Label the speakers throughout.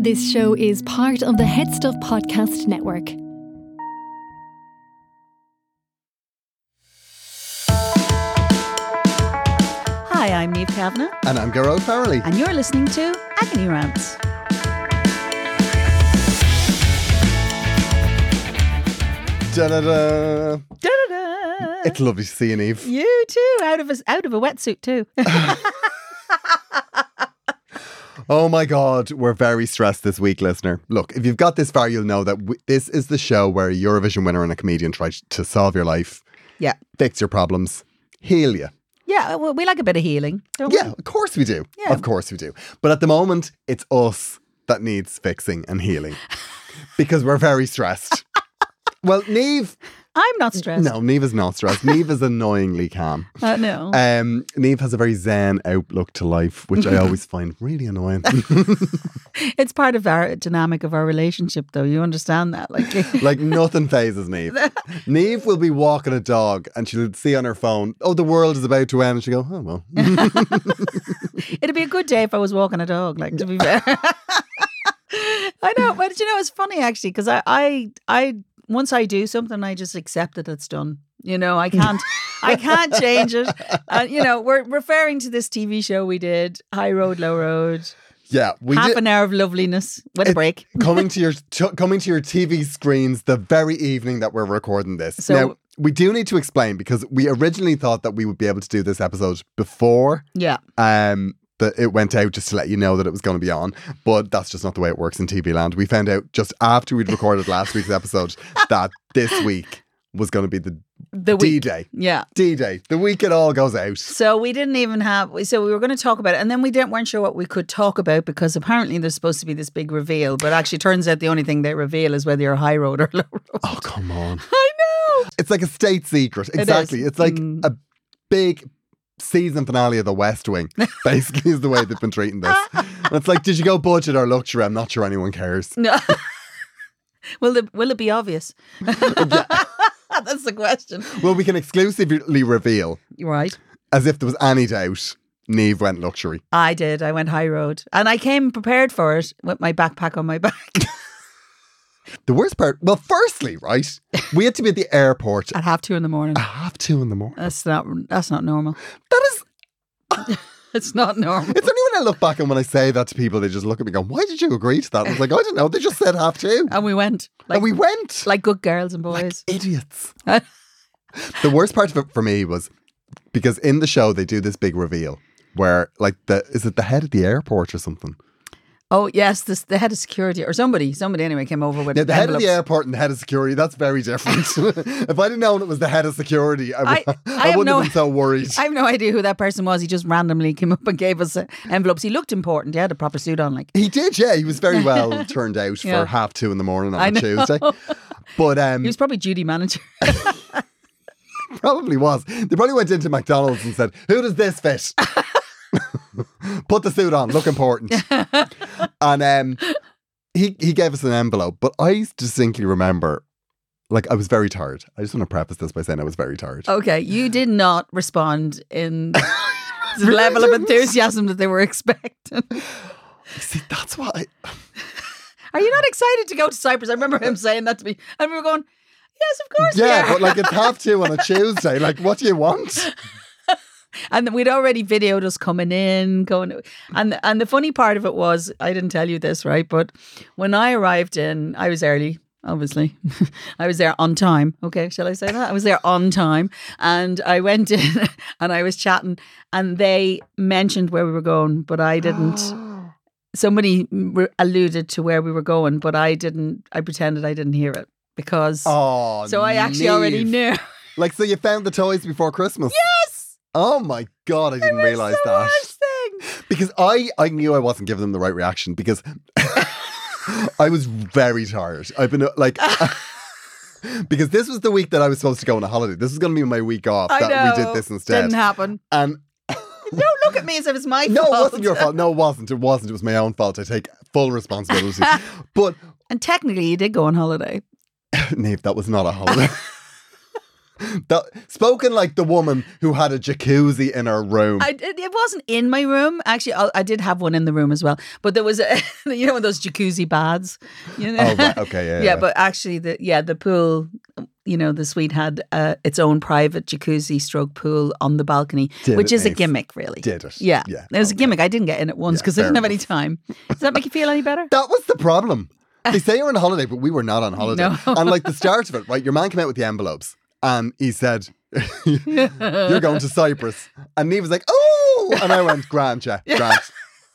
Speaker 1: This show is part of the Head Stuff Podcast Network.
Speaker 2: Hi, I'm Neve Kavanagh,
Speaker 3: And I'm Gerald Farrelly.
Speaker 2: and you're listening to Agony Rants.
Speaker 3: Da-da-da.
Speaker 2: Da-da-da.
Speaker 3: It's lovely to see you, Eve.
Speaker 2: You too, out of a out of a wetsuit too.
Speaker 3: Oh my God, we're very stressed this week, listener. Look, if you've got this far, you'll know that w- this is the show where a Eurovision winner and a comedian try to solve your life,
Speaker 2: yeah,
Speaker 3: fix your problems, heal you.
Speaker 2: yeah. Well, we like a bit of healing, don't
Speaker 3: Yeah, of course we do.
Speaker 2: Yeah.
Speaker 3: Of course we do. But at the moment, it's us that needs fixing and healing because we're very stressed. well, Neve,
Speaker 2: we? I'm not stressed.
Speaker 3: no, Neve is not stressed. Neve is annoyingly calm.
Speaker 2: uh, no.
Speaker 3: Um, Neve has a very zen outlook to life, which I always find really annoying.
Speaker 2: it's part of our dynamic of our relationship, though. You understand that, like.
Speaker 3: like nothing phases Neve. Neve will be walking a dog and she'll see on her phone, "Oh, the world is about to end," and she will go, "Oh well."
Speaker 2: It'd be a good day if I was walking a dog, like to be fair. I know, but do you know it's funny actually because I, I, I once I do something, I just accept that it's done. You know, I can't, I can't change it. And you know, we're referring to this TV show we did, High Road, Low Road,
Speaker 3: yeah, we
Speaker 2: half
Speaker 3: did.
Speaker 2: an hour of loveliness with a
Speaker 3: It-
Speaker 2: break.
Speaker 3: coming to your t- coming to your TV screens the very evening that we're recording this.
Speaker 2: So-
Speaker 3: now we do need to explain because we originally thought that we would be able to do this episode before
Speaker 2: Yeah,
Speaker 3: um that it went out just to let you know that it was going to be on but that's just not the way it works in TV land we found out just after we'd recorded last week's episode that this week was going to be the
Speaker 2: the week.
Speaker 3: D-Day
Speaker 2: Yeah.
Speaker 3: D-Day the week it all goes out
Speaker 2: So we didn't even have. So we were going to talk about it, and then we didn't weren't sure what we could talk about because apparently there's supposed to be this big reveal, but actually turns out the only thing they reveal is whether you're high road or low road.
Speaker 3: oh come on
Speaker 2: I know.
Speaker 3: it's like a state secret
Speaker 2: is.
Speaker 3: exactly it's like
Speaker 2: Mm.
Speaker 3: a big season finale of the West Wing basically is the way they've been treating this And it's like did you go budget or luxury I'm not sure anyone cares
Speaker 2: No. will it will it be obvious? That's the question.
Speaker 3: well we can exclusively reveal
Speaker 2: Right.
Speaker 3: as if there was any doubt Neve went luxury
Speaker 2: I did. I went high road, and I came prepared for it with my backpack on my back
Speaker 3: The worst part, well, firstly, right, we had to be at the airport at
Speaker 2: at half two in the morning.
Speaker 3: half two in the morning.
Speaker 2: That's not. That's not normal.
Speaker 3: That is,
Speaker 2: It's not normal.
Speaker 3: it's only when I look back and when I say that to people, they just look at me going, why did you agree to that? I was like, I don't know, they just said half two.
Speaker 2: And we went like
Speaker 3: and we went.
Speaker 2: like good girls and boys.
Speaker 3: idiots. the worst part of it for me was because in the show, they do this big reveal where, like, the is it the head of the airport or something?
Speaker 2: Oh yes, this the head of security or somebody, somebody anyway came over with
Speaker 3: Yeah, the head of the
Speaker 2: envelopes.
Speaker 3: airport and the head of security, that's very different. if I'd have known it was the head of security, I, would,
Speaker 2: I-
Speaker 3: I,
Speaker 2: I have
Speaker 3: wouldn't
Speaker 2: no-
Speaker 3: have been so worried.
Speaker 2: I have no idea who that person was. He just randomly came up and gave us uh, envelopes. He looked important. He had a proper suit on, like
Speaker 3: He did, yeah. He was very well turned out
Speaker 2: Yeah.
Speaker 3: for half two in the morning on
Speaker 2: I
Speaker 3: a
Speaker 2: know.
Speaker 3: Tuesday. But um,
Speaker 2: he was probably duty manager.
Speaker 3: probably was. They probably went into McDonald's and said, Who does this fit? Put the suit on, look important. and um, he, he gave us an envelope, but I distinctly remember, like, I was very tired. I just want to preface this by saying I was very tired.
Speaker 2: Okay, you did not respond in the level of enthusiasm that they were expecting.
Speaker 3: See, that's why. I,
Speaker 2: Are you not excited to go to Cyprus? I remember him saying that to me, and we were going, "Yes, of course." we
Speaker 3: yeah,
Speaker 2: are."
Speaker 3: but like, it's half two on a Tuesday. Like, what do you want?
Speaker 2: and we'd already videoed us coming in, going, and and the funny part of it was, I didn't tell you this, right? But when I arrived in, I was early. Obviously, I was there on time. Okay, shall I say that? I was there on time, and I went in, and I was chatting, and they mentioned where we were going, but I didn't. somebody re- alluded to where we were going, but I didn't. I pretended I didn't hear it because.
Speaker 3: Oh,
Speaker 2: so I actually already
Speaker 3: Niamh.
Speaker 2: knew.
Speaker 3: Like, so you found the toys before Christmas? Yes. Oh my god, I didn't realize
Speaker 2: It's the
Speaker 3: that.
Speaker 2: worst thing.
Speaker 3: Because I, I knew I wasn't giving them the right reaction because I was very tired. I've been uh, like, because this was the week that I was supposed to go on a holiday. This was going to be my week off
Speaker 2: I
Speaker 3: that
Speaker 2: know.
Speaker 3: we did this instead.
Speaker 2: Didn't happen.
Speaker 3: and
Speaker 2: Don't look at me as if it's my
Speaker 3: no,
Speaker 2: fault.
Speaker 3: it wasn't your fault. No, it wasn't. It wasn't. It was my own fault. I take full responsibility. but
Speaker 2: And technically, you did go on holiday.
Speaker 3: Nave, that was not a holiday. that spoken like the woman who had a jacuzzi in her room.
Speaker 2: I, it it wasn't in my room. Actually, I, I did have one in the room as well. But there was, a, you know, those jacuzzi baths. You know?
Speaker 3: oh, right. okay, yeah,
Speaker 2: Yeah,
Speaker 3: yeah.
Speaker 2: but actually, the yeah, the pool, you know, the suite had uh, its own private jacuzzi stroke pool on the balcony,
Speaker 3: Did
Speaker 2: which
Speaker 3: it,
Speaker 2: is a
Speaker 3: Niamh?
Speaker 2: gimmick, really.
Speaker 3: did it.
Speaker 2: Yeah.
Speaker 3: yeah.
Speaker 2: It was a gimmick. I didn't get in it once
Speaker 3: Yeah,
Speaker 2: because I
Speaker 3: fair
Speaker 2: didn't have any time. Does that make you feel any better?
Speaker 3: That was the problem. They say you're on holiday, but we were not on holiday.
Speaker 2: No.
Speaker 3: and like the start of it, right? Your man came out with the envelopes and he said, You're going to Cyprus. And Neve was like, Oh! And I went, Grant, yeah, Grant.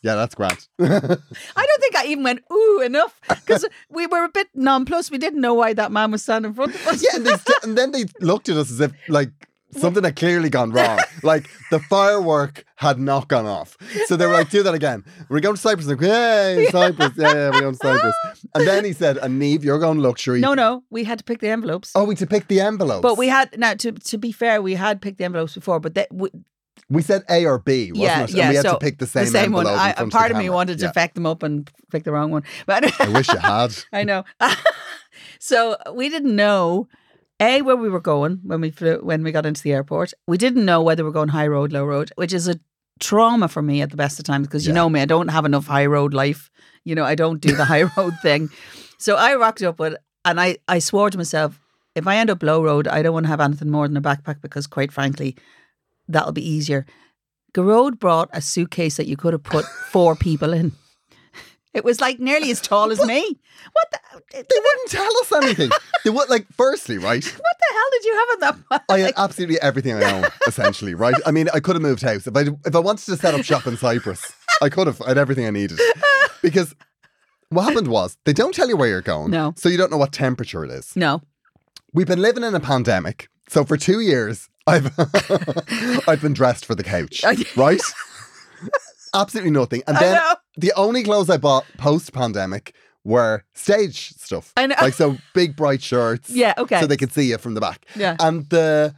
Speaker 3: Yeah, that's Grant.
Speaker 2: I don't think I even went, ooh, enough because we were a bit nonplussed. We didn't know why that man was standing in front of us.
Speaker 3: Yeah, and, they st- and then they looked at us as if like something had clearly gone wrong. Like the firework had not gone off. So they were like, do that again. We're going to Cyprus. Like, Yay, Cyprus. Yeah, yeah, we're going to Cyprus. And then he said, and Neve, you're going luxury.
Speaker 2: No, no, we had to pick the envelopes.
Speaker 3: Oh, we to pick the envelopes.
Speaker 2: But we had now to to be fair, we had picked the envelopes before, but that w
Speaker 3: we said A or B, wasn't
Speaker 2: yeah,
Speaker 3: it? And
Speaker 2: yeah.
Speaker 3: we had
Speaker 2: so
Speaker 3: to pick the same,
Speaker 2: one.
Speaker 3: envelope. in
Speaker 2: I,
Speaker 3: front of the
Speaker 2: part of me
Speaker 3: camera.
Speaker 2: wanted to
Speaker 3: Yeah.
Speaker 2: feck them up and pick the wrong one, but
Speaker 3: I wish you had.
Speaker 2: I know. so we didn't know a where we were going when we flew, when we got into the airport. We didn't know whether we were going high road, low road, which is a trauma for me at the best of times because you
Speaker 3: Yeah.
Speaker 2: know me, I don't have enough high road life. You know, I don't do the high road thing. So I rocked up with, and I I swore to myself, if I end up low road, I don't want to have anything more than a backpack because, quite frankly, that'll be easier. Garode brought a suitcase that you could have put four people in. It was like nearly as tall as me. What the?
Speaker 3: They wouldn't tell us anything. they would like firstly, right?
Speaker 2: What the hell did you have in that?
Speaker 3: I uh, had absolutely everything I own, essentially, right? I mean, I could have moved house if I if I wanted to set up shop in Cyprus. I could have. I had everything I needed because what happened was they don't tell you where you're going,
Speaker 2: No.
Speaker 3: so you don't know what temperature it is.
Speaker 2: No.
Speaker 3: We've been living in a pandemic, so for two years I've I've been dressed for the couch, right? Absolutely nothing. And
Speaker 2: I
Speaker 3: then
Speaker 2: know.
Speaker 3: the only clothes I bought post pandemic were stage stuff,
Speaker 2: I know.
Speaker 3: like so big bright shirts,
Speaker 2: Yeah, okay.
Speaker 3: so they could see you from the back.
Speaker 2: Yeah.
Speaker 3: And the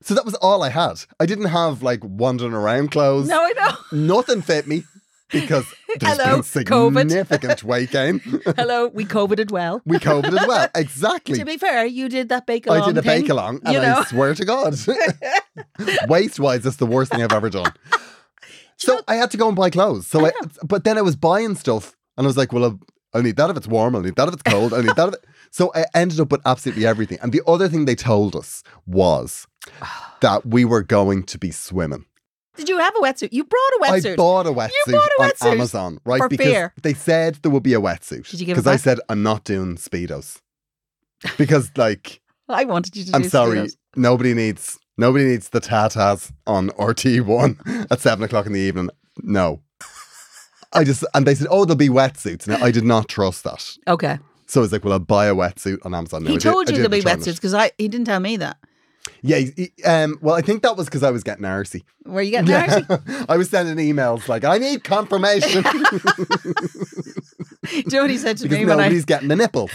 Speaker 3: so that was all I had. I didn't have like wandering around clothes.
Speaker 2: No, I know.
Speaker 3: Nothing fit me because there's
Speaker 2: Hello,
Speaker 3: been
Speaker 2: COVID.
Speaker 3: significant weight gain.
Speaker 2: Hello, we coveted well.
Speaker 3: we COVID as well. Exactly.
Speaker 2: To be fair, you did that bake along.
Speaker 3: I did a bake along and
Speaker 2: you know.
Speaker 3: I swear to God. Waist wise, it's the worst thing I've ever done. So I had to go and buy clothes. So I, but then I was buying stuff and I was like, well, I'll, I'll need that if it's warm, I'll need that if it's cold, I'll need that if it. So I ended up with absolutely everything. And the other thing they told us was that we were going to be swimming.
Speaker 2: Did you have a wetsuit? You brought a wetsuit.
Speaker 3: I bought a wetsuit
Speaker 2: bought a
Speaker 3: on
Speaker 2: wetsuit
Speaker 3: Amazon, right?
Speaker 2: for
Speaker 3: because
Speaker 2: fear.
Speaker 3: they said there would be a wetsuit.
Speaker 2: Did you give it
Speaker 3: Because I
Speaker 2: back?
Speaker 3: said, I'm not doing Speedos. Because, like,
Speaker 2: I wanted you to.
Speaker 3: I'm
Speaker 2: do
Speaker 3: sorry.
Speaker 2: Speedos.
Speaker 3: Nobody needs nobody needs the tatas on RT one at seven o'clock in the evening. No. I just and they said, Oh, there'll be wetsuits. Now I did not trust that.
Speaker 2: Okay.
Speaker 3: So I was like, Well, I'll buy a wetsuit on Amazon. No, I
Speaker 2: he
Speaker 3: did- I
Speaker 2: told you
Speaker 3: did
Speaker 2: there'll be
Speaker 3: return it.
Speaker 2: wetsuits because I he didn't tell me that.
Speaker 3: Yeah, he- he- um, well, I think that was because I was getting arsy.
Speaker 2: Were you getting
Speaker 3: Yeah.
Speaker 2: yeah.
Speaker 3: I was sending emails like, I need confirmation
Speaker 2: Do you know what he said to
Speaker 3: because
Speaker 2: me when I
Speaker 3: nobody's getting the nipples.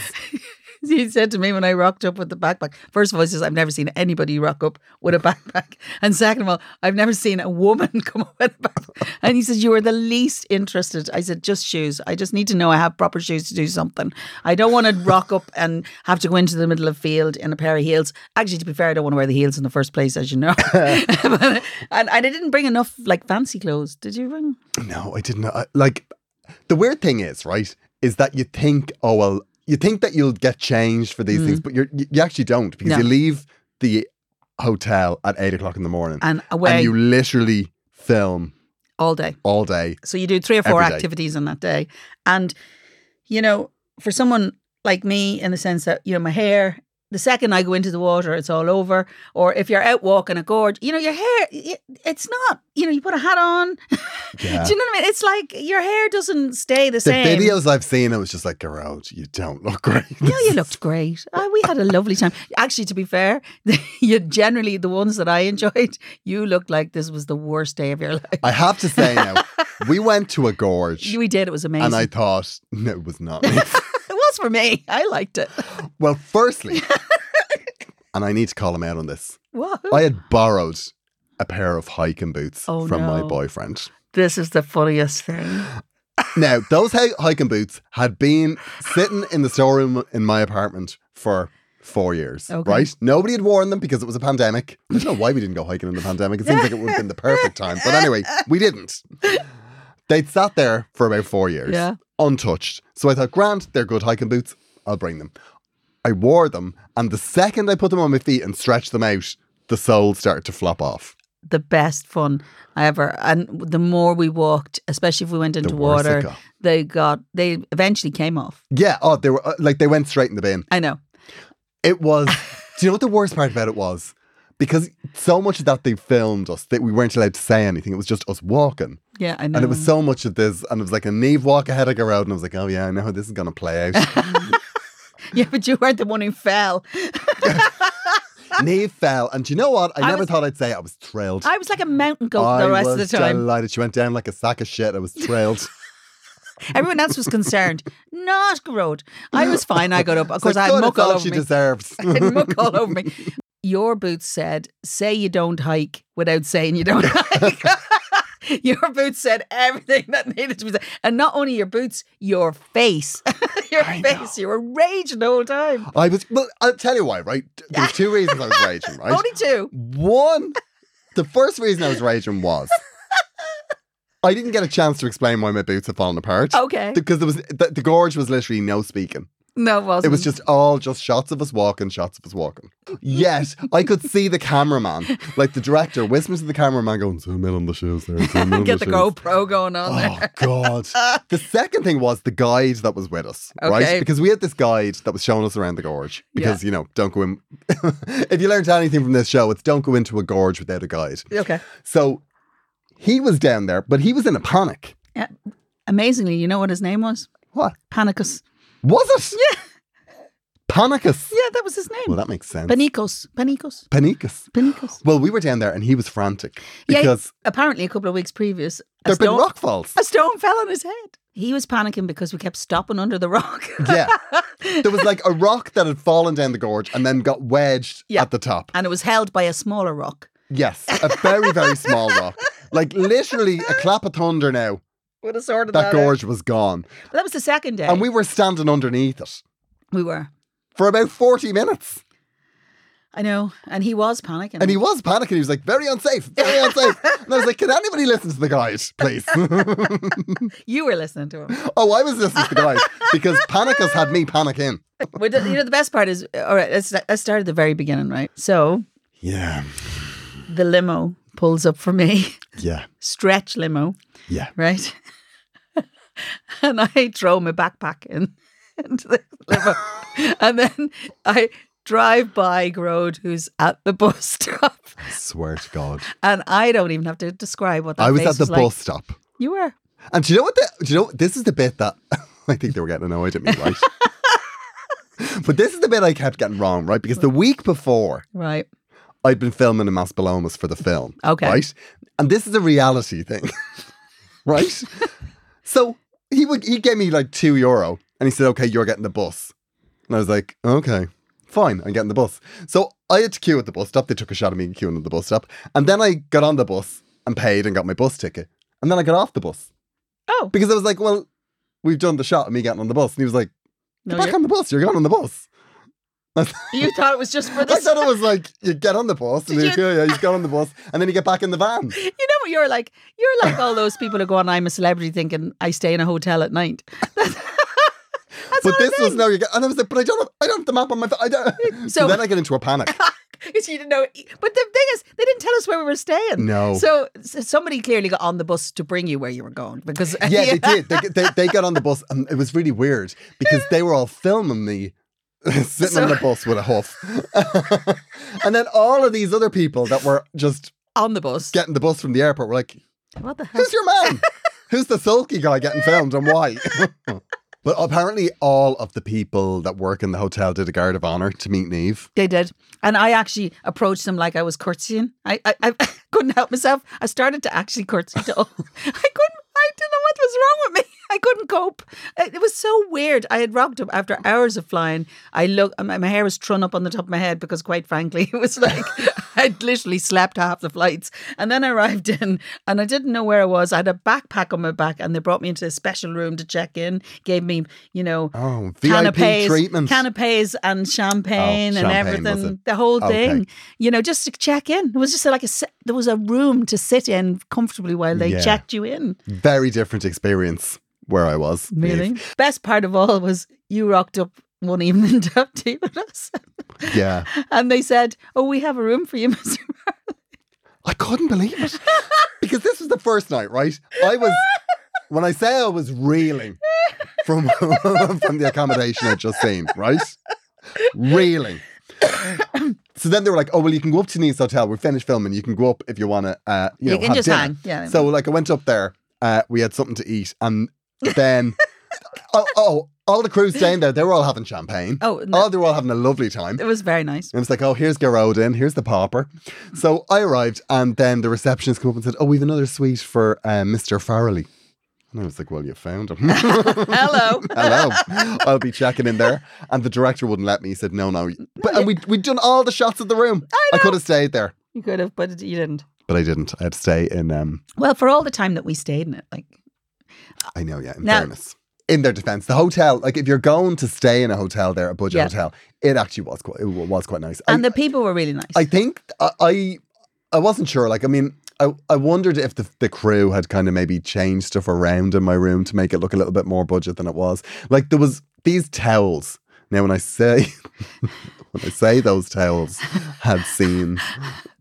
Speaker 2: he said to me when I rocked up with the backpack. First of all, he says, I've never seen anybody rock up with a backpack. And second of all, I've never seen a woman come up with a backpack. And he says, You are the least interested. I said, Just shoes. I just need to know I have proper shoes to do something. I don't want to rock up and have to go into the middle of field in a pair of heels. Actually, to be fair, I don't want to wear the heels in the first place, as you know. But- and, and I didn't bring enough like fancy clothes. Did you bring?
Speaker 3: No, I didn't. I, like, the weird thing is, right, is that you think, oh, well, you think that you'll get changed for these things, but you're, you you actually don't because
Speaker 2: Mm. No.
Speaker 3: you leave the hotel at eight o'clock in the morning
Speaker 2: And
Speaker 3: and
Speaker 2: away
Speaker 3: you literally film
Speaker 2: all day.
Speaker 3: all day.
Speaker 2: So you do three or four
Speaker 3: Every day.
Speaker 2: activities on that day. And, you know, for someone like me, in the sense that, you know, my hair the second I go into the water, it's all over. Or if you're out walking a gorge, you know, your hair, it- it's not, you know, you put a hat on.
Speaker 3: Yeah.
Speaker 2: Do you know what I mean? It's like your hair doesn't stay the
Speaker 3: The
Speaker 2: same.
Speaker 3: videos I've seen, it was just like, girl, out, you don't look great.
Speaker 2: No, you looked great. Ah, we had a lovely time. Actually, to be fair, you generally the ones that I enjoyed, you looked like this was the worst day of your life.
Speaker 3: I have to say now, we went to a gorge
Speaker 2: We did. It was amazing.
Speaker 3: and I thought, no, it was not me.
Speaker 2: it was for me. I liked it.
Speaker 3: well, firstly, and I need to call him out on this,
Speaker 2: What?
Speaker 3: I had borrowed a pair of hiking boots
Speaker 2: Oh,
Speaker 3: from my
Speaker 2: no.
Speaker 3: boyfriend.
Speaker 2: This is the funniest thing.
Speaker 3: Now, those hi- hiking boots had been sitting in the storeroom in my apartment for four years,
Speaker 2: Okay.
Speaker 3: right? Nobody had worn them because it was a pandemic. I don't know why we didn't go hiking in the pandemic. It seems like it would have been the perfect time. But anyway, we didn't. They'd sat there for about four years,
Speaker 2: Yeah.
Speaker 3: untouched. So I thought, grand, they're good hiking boots. I'll bring them. I wore them, and the second I put them on my feet and stretched them out, the sole started to flop off.
Speaker 2: The best fun I ever. And the more we walked, especially if we went into
Speaker 3: worse it
Speaker 2: water,
Speaker 3: got.
Speaker 2: they got they eventually came off.
Speaker 3: Yeah, oh, they were uh, like they went straight in the bin.
Speaker 2: I know.
Speaker 3: It was. do you know what the worst part about it was? Because so much of that they filmed us that we weren't allowed to say anything. It was just us walking,
Speaker 2: Yeah, I know.
Speaker 3: and it was so much of this, and it was like a Neve walk ahead of a road, and I was like, oh yeah, I know how this is gonna play out.
Speaker 2: yeah, but you weren't the one who fell.
Speaker 3: Neve fell, and do you know what? I,
Speaker 2: I
Speaker 3: never
Speaker 2: was-
Speaker 3: thought I'd say it. I was thrilled.
Speaker 2: I was like a mountain goat
Speaker 3: I
Speaker 2: the rest
Speaker 3: was
Speaker 2: of the time.
Speaker 3: delighted. She went down like a sack of shit. I was thrilled.
Speaker 2: Everyone else was concerned. Not Grode. I was fine. I got up. Of
Speaker 3: It's
Speaker 2: course,
Speaker 3: like,
Speaker 2: I had
Speaker 3: good,
Speaker 2: muck
Speaker 3: it's
Speaker 2: all
Speaker 3: all
Speaker 2: over
Speaker 3: she
Speaker 2: me.
Speaker 3: deserves.
Speaker 2: I had muck all over me. Your boots said, "Say you don't hike without saying you don't hike." your boots said everything that needed to be said, and not only your boots, your face, your face. You were raging the whole time.
Speaker 3: I was. Well, I'll tell you why. Right, there's two reasons I was raging. Right,
Speaker 2: Only two.
Speaker 3: One, the first reason I was raging was I didn't get a chance to explain why my boots had fallen apart.
Speaker 2: Okay.
Speaker 3: Because there was the, the gorge was literally no speaking.
Speaker 2: no, it wasn't.
Speaker 3: It was just all just shots of us walking, shots of us walking. Yes, I could see the cameraman, like the director, whispers to the cameraman, going, "Zoom in on the shoes there." Zoom in on
Speaker 2: get the
Speaker 3: shoes."
Speaker 2: GoPro going on
Speaker 3: Oh
Speaker 2: there.
Speaker 3: God! the second thing was the guide that was with us, right?
Speaker 2: Okay.
Speaker 3: Because we had this guide that was showing us around the gorge. Because you know, don't go in. if you learned anything from this show, it's don't go into a gorge without a guide.
Speaker 2: Okay.
Speaker 3: So he was down there, but he was in a panic.
Speaker 2: Yeah. Amazingly, you know what his name was?
Speaker 3: What
Speaker 2: Panicus.
Speaker 3: was it?
Speaker 2: Yeah.
Speaker 3: Panicus.
Speaker 2: Yeah, that was his name.
Speaker 3: Well, that makes sense.
Speaker 2: Panicos. Panicos.
Speaker 3: Panicus.
Speaker 2: Panicos.
Speaker 3: Well, we were down there, and he was frantic
Speaker 2: Yeah,
Speaker 3: because
Speaker 2: apparently a couple of weeks previous, a
Speaker 3: there'd been
Speaker 2: stone,
Speaker 3: rock falls.
Speaker 2: a stone fell on his head. He was panicking because we kept stopping under the rock.
Speaker 3: yeah. There was like a rock that had fallen down the gorge and then got wedged
Speaker 2: Yeah.
Speaker 3: at the top.
Speaker 2: and it was held by a smaller rock.
Speaker 3: Yes, a very, very small rock. Like literally a clap of thunder now.
Speaker 2: Would have sorted
Speaker 3: That gorge was gone.
Speaker 2: But that was the second day.
Speaker 3: And we were standing underneath it
Speaker 2: we were.
Speaker 3: for about 40 minutes.
Speaker 2: I know. And he was panicking.
Speaker 3: And he was panicking. He was like, very unsafe, very unsafe. And I was like, can anybody listen to the guide, please?
Speaker 2: you were listening to him.
Speaker 3: oh, I was listening to the guide because Panicus had me panicking.
Speaker 2: Well, the- you know, the best part is, all right, let's, let's start at the very beginning, right? So
Speaker 3: Yeah,
Speaker 2: the limo pulls up for me,
Speaker 3: yeah,
Speaker 2: stretch limo.
Speaker 3: yeah.
Speaker 2: right? and I throw my backpack in into the limo. and then I drive by Grode, who's at the bus stop,
Speaker 3: I swear to God.
Speaker 2: and I don't even have to describe what that
Speaker 3: I was
Speaker 2: face
Speaker 3: at the
Speaker 2: was like.
Speaker 3: bus stop.
Speaker 2: You were.
Speaker 3: And do you know what? The, do you know this is the bit that I think they were getting annoyed at me, right? but this is the bit I kept getting wrong, right? Because the week before,
Speaker 2: Right.
Speaker 3: I'd been filming in Maspalomas for the film,
Speaker 2: Okay.
Speaker 3: right? And this is a reality thing, right? so he would he gave me like two euro, and he said, "Okay, you're getting the bus," and I was like, "Okay." Fine, I'm getting the bus. So I had to queue at the bus stop. They took a shot at me queuing at the bus stop. And then I got on the bus and paid and got my bus ticket. And then I got off the bus.
Speaker 2: Oh.
Speaker 3: Because I was like, well, we've done the shot of me getting on the bus. And he was like,
Speaker 2: No,
Speaker 3: get back
Speaker 2: you're-
Speaker 3: on the bus. You're going on the bus.
Speaker 2: You thought it was just for
Speaker 3: I oh.
Speaker 2: this.
Speaker 3: thought it was like, you get on the bus. And
Speaker 2: Did
Speaker 3: you go, yeah, you get on the bus. And then you get back in the van.
Speaker 2: You know what you're like? You're like all those people who go on I'm a celebrity thinking I stay in a hotel at night.
Speaker 3: but this was no, you get. And I was like, but I don't have, I don't have the map on my phone. I don't. So,
Speaker 2: So-
Speaker 3: then I get into a panic.
Speaker 2: Because you didn't know. But the thing is, they didn't tell us where we were staying.
Speaker 3: No.
Speaker 2: So, so somebody clearly got on the bus to bring you where you were going because
Speaker 3: Yeah, they did. They, they, they got on the bus and it was really weird because they were all filming me sitting
Speaker 2: So-
Speaker 3: on the bus with a huff. and then all of these other people that were just
Speaker 2: on the bus.
Speaker 3: getting the bus from the airport were like,
Speaker 2: what the hell?
Speaker 3: Who's your man? Who's the sulky guy getting filmed and why? but apparently, all of the people that work in the hotel did a guard of honor to meet Neve.
Speaker 2: They did. And I actually approached them like I was curtsying. I, I, I couldn't help myself. I started to actually curtsy to all. I couldn't, I didn't know what was wrong with me. I couldn't cope. It it was so weird. I had rocked up after hours of flying. I look, my, my hair was trun up on the top of my head because quite frankly, it was like I'd literally slept half the flights. And then I arrived in and I didn't know where I was. I had a backpack on my back and they brought me into a special room to check in, gave me, you know,
Speaker 3: Oh, VIP
Speaker 2: canapes,
Speaker 3: treatment.
Speaker 2: canapes and champagne
Speaker 3: Oh,
Speaker 2: and
Speaker 3: champagne, was
Speaker 2: everything,
Speaker 3: it?
Speaker 2: the whole
Speaker 3: Okay.
Speaker 2: thing. You know, just to check in. It was just like a se- there was a room to sit in comfortably while they
Speaker 3: Yeah.
Speaker 2: checked you in.
Speaker 3: Very different experience where I was. Niamh.
Speaker 2: Really, best part of all was you rocked up one evening to have tea with us,
Speaker 3: Yeah.
Speaker 2: and they said, "Oh, we have a room for you, Mister."
Speaker 3: I couldn't believe it. because this was the first night, right? I was, when I say I was reeling from, from the accommodation I'd just seen, right? Reeling. so then they were like, oh, well, you can go up to Niamh's hotel. We're finished filming. You can go up if you want to, uh, you,
Speaker 2: You
Speaker 3: know,
Speaker 2: can
Speaker 3: have
Speaker 2: just
Speaker 3: dinner.
Speaker 2: hang. Yeah.
Speaker 3: So, like, I went up there. Uh, we had something to eat. And then, oh, oh, all the crew staying there, they were all having champagne.
Speaker 2: Oh, no.
Speaker 3: Oh, they were all having a lovely time.
Speaker 2: It was very nice.
Speaker 3: And it's like, oh, here's Garodin, here's the pauper. So I arrived, and then the receptionist came up and said, oh, we've another suite for uh, Mr. Farrelly. And I was like, well, you found him.
Speaker 2: Hello.
Speaker 3: Hello. I'll be checking in there. And the director wouldn't let me. He said, no, no. But and we, we'd done all the shots of the room. I, could have stayed there.
Speaker 2: You could have, but you didn't.
Speaker 3: But I didn't. I had to stay in, um,
Speaker 2: Well, for all the time that we stayed in it, like
Speaker 3: I know, yeah, in
Speaker 2: Now-
Speaker 3: fairness. In their defense, the hotel, like if you're going to stay in a hotel there, a budget
Speaker 2: Yeah.
Speaker 3: hotel, it actually was quite, it was quite nice. I-
Speaker 2: and the people were really nice.
Speaker 3: I think I, I I wasn't sure. Like, I mean, I, I wondered if the, the crew had kind of maybe changed stuff around in my room to make it look a little bit more budget than it was. Like, there was these towels. Now, when I say when I say those towels had seen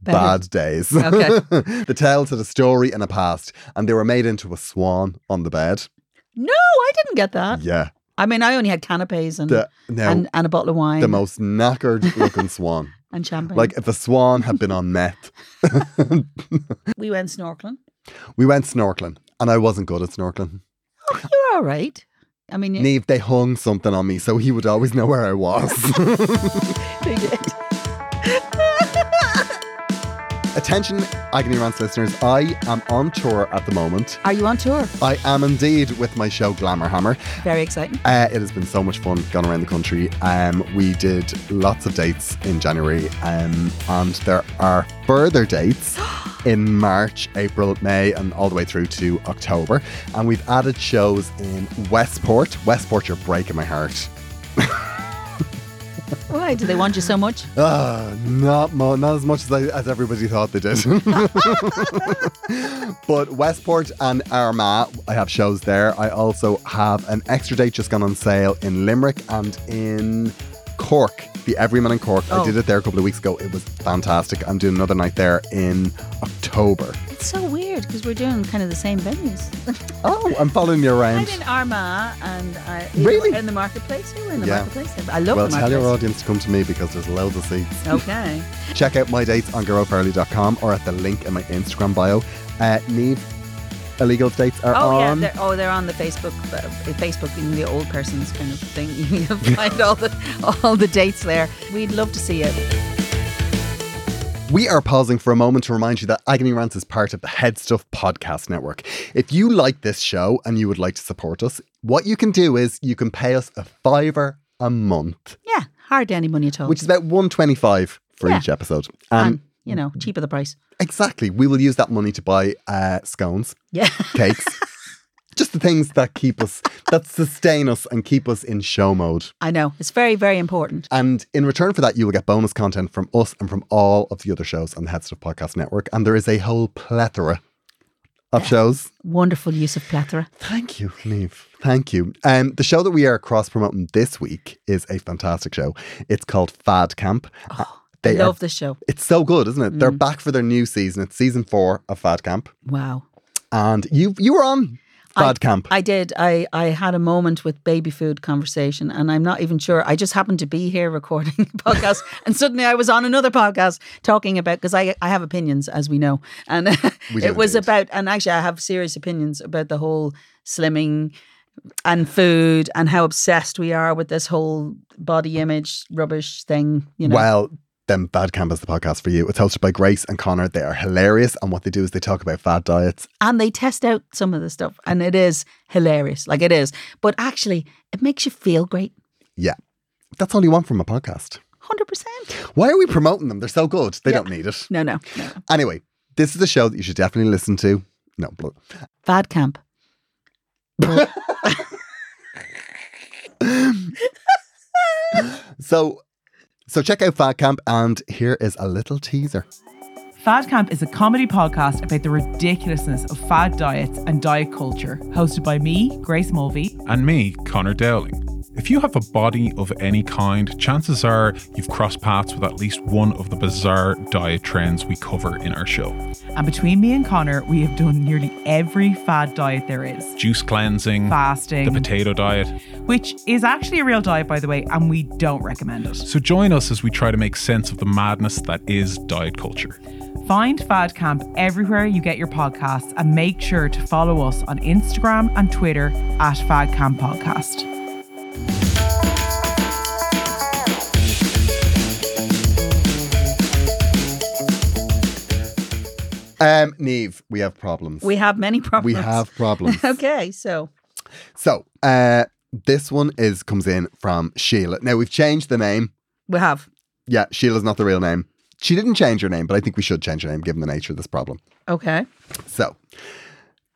Speaker 2: Better.
Speaker 3: bad days,
Speaker 2: Okay.
Speaker 3: the towels had a story and a past, and they were made into a swan on the bed.
Speaker 2: no, I didn't get that.
Speaker 3: Yeah,
Speaker 2: I mean, I only had canapes and
Speaker 3: the, now
Speaker 2: and, and a bottle of wine
Speaker 3: the most knackered looking swan.
Speaker 2: and champagne.
Speaker 3: Like, if a swan had been on meth,
Speaker 2: we went snorkeling.
Speaker 3: we went snorkeling, and I wasn't good at snorkeling.
Speaker 2: You're all right. I mean, you,
Speaker 3: Neve, they hung something on me, so he would always know where I was.
Speaker 2: they did.
Speaker 3: Attention, Agony Rants listeners, I am on tour at the moment.
Speaker 2: Are you on tour?
Speaker 3: I am indeed with my show Glamour Hammer.
Speaker 2: Very exciting.
Speaker 3: Uh, it has been so much fun gone around the country. Um, we did lots of dates in January, um, and there are further dates in March, April, May, and all the way through to October. And we've added shows in Westport. Westport, you're breaking my heart.
Speaker 2: Why do they want you so much?
Speaker 3: Uh, not mo- not as much as, I, as everybody thought they did. but Westport and Armagh, I have shows there. I also have an extra date just gone on sale in Limerick and in Cork, the Everyman in Cork. I
Speaker 2: Oh.
Speaker 3: did it there a couple of weeks ago. It was fantastic. I'm doing another night there in October.
Speaker 2: It's so weird because we're doing kind of the same venues.
Speaker 3: Oh, I'm following you
Speaker 2: I'm
Speaker 3: around.
Speaker 2: in Armagh and I,
Speaker 3: Really?
Speaker 2: in the marketplace. You were in the
Speaker 3: Yeah.
Speaker 2: marketplace. I love
Speaker 3: Well,
Speaker 2: the
Speaker 3: tell your
Speaker 2: marketplace.
Speaker 3: audience to come to me because there's loads of seats.
Speaker 2: okay.
Speaker 3: Check out my dates on garofarley.com or at the link in my Instagram bio. Uh, Neve, illegal dates are
Speaker 2: Oh yeah.
Speaker 3: on.
Speaker 2: They're, oh, they're on the Facebook. Uh, Facebook being the old person's kind of thing. You can find all the all the dates there. We'd love to see you.
Speaker 3: we are pausing for a moment to remind you that Agony Rants is part of the Head Stuff Podcast Network. If you like this show and you would like to support us, what you can do is you can pay us a fiver a month,
Speaker 2: Yeah. Hardly any money at all.
Speaker 3: which is um, about 125 for
Speaker 2: Yeah.
Speaker 3: each episode.
Speaker 2: and
Speaker 3: And
Speaker 2: you know, cheaper the price.
Speaker 3: exactly, we will use that money to buy uh, scones,
Speaker 2: Yeah.
Speaker 3: cakes, just the things that keep us, that sustain us and keep us in show mode.
Speaker 2: I know. It's very, very important.
Speaker 3: And in return for that, you will get bonus content from us and from all of the other shows on the Head Stuff Podcast Network. And there is a whole plethora of shows.
Speaker 2: Wonderful use of plethora.
Speaker 3: Thank you, Neve. Thank you. Um, the show that we are cross promoting this week is a fantastic show. It's called Fad Camp. Uh,
Speaker 2: Oh, I
Speaker 3: they are,
Speaker 2: love Mm. this show.
Speaker 3: it's so good, isn't it? They're back for their new season. It's season four of Fad Camp.
Speaker 2: Wow.
Speaker 3: And you you were on Fad camp.
Speaker 2: I did. I, I had a moment with baby food conversation, and I'm not even sure. I just happened to be here recording a podcast, and suddenly I was on another podcast talking about because I I have opinions, as we know, and
Speaker 3: We do
Speaker 2: it was
Speaker 3: indeed.
Speaker 2: about. And actually, I have serious opinions about the whole slimming and food and how obsessed we are with this whole body image rubbish thing. You know,
Speaker 3: Well, then Fad Camp is the podcast for you. It's hosted by Grace and Connor. They are hilarious. And what they do is they talk about fad diets.
Speaker 2: and they test out some of the stuff, and it is hilarious. Like it is, but actually, it makes you feel great.
Speaker 3: Yeah. That's all you want from a podcast.
Speaker 2: Hundred percent.
Speaker 3: Why are we promoting them? They're so good. They don't need it.
Speaker 2: No, no, no.
Speaker 3: Anyway, this is a show that you should definitely listen to. No, blah.
Speaker 2: Fad camp.
Speaker 3: so so check out Fad Camp and here is a little teaser.
Speaker 4: Fad Camp is a comedy podcast about the ridiculousness of fad diets and diet culture, hosted by me, Grace Mulvey.
Speaker 5: and me, Connor Dowling. If you have a body of any kind, chances are you've crossed paths with at least one of the bizarre diet trends we cover in our show
Speaker 4: And between me and Connor, we have done nearly every fad diet there is.
Speaker 5: juice cleansing, the
Speaker 4: Fasting,
Speaker 5: potato diet.
Speaker 4: which is actually a real diet, by the way, and we don't recommend it.
Speaker 5: So join us as we try to make sense of the madness that is diet culture.
Speaker 4: Find Fad Camp everywhere you get your podcasts and make sure to follow us on Instagram and Twitter at Fad Camp Podcast.
Speaker 3: Um Neve, we have problems.
Speaker 2: We have many problems.
Speaker 3: We have problems.
Speaker 2: Okay, so
Speaker 3: So, uh this one is comes in from Sheila. Now we've changed the name.
Speaker 2: we have.
Speaker 3: Yeah, Sheila's not the real name. She didn't change her name, but I think we should change her name given the nature of this problem.
Speaker 2: Okay.
Speaker 3: So,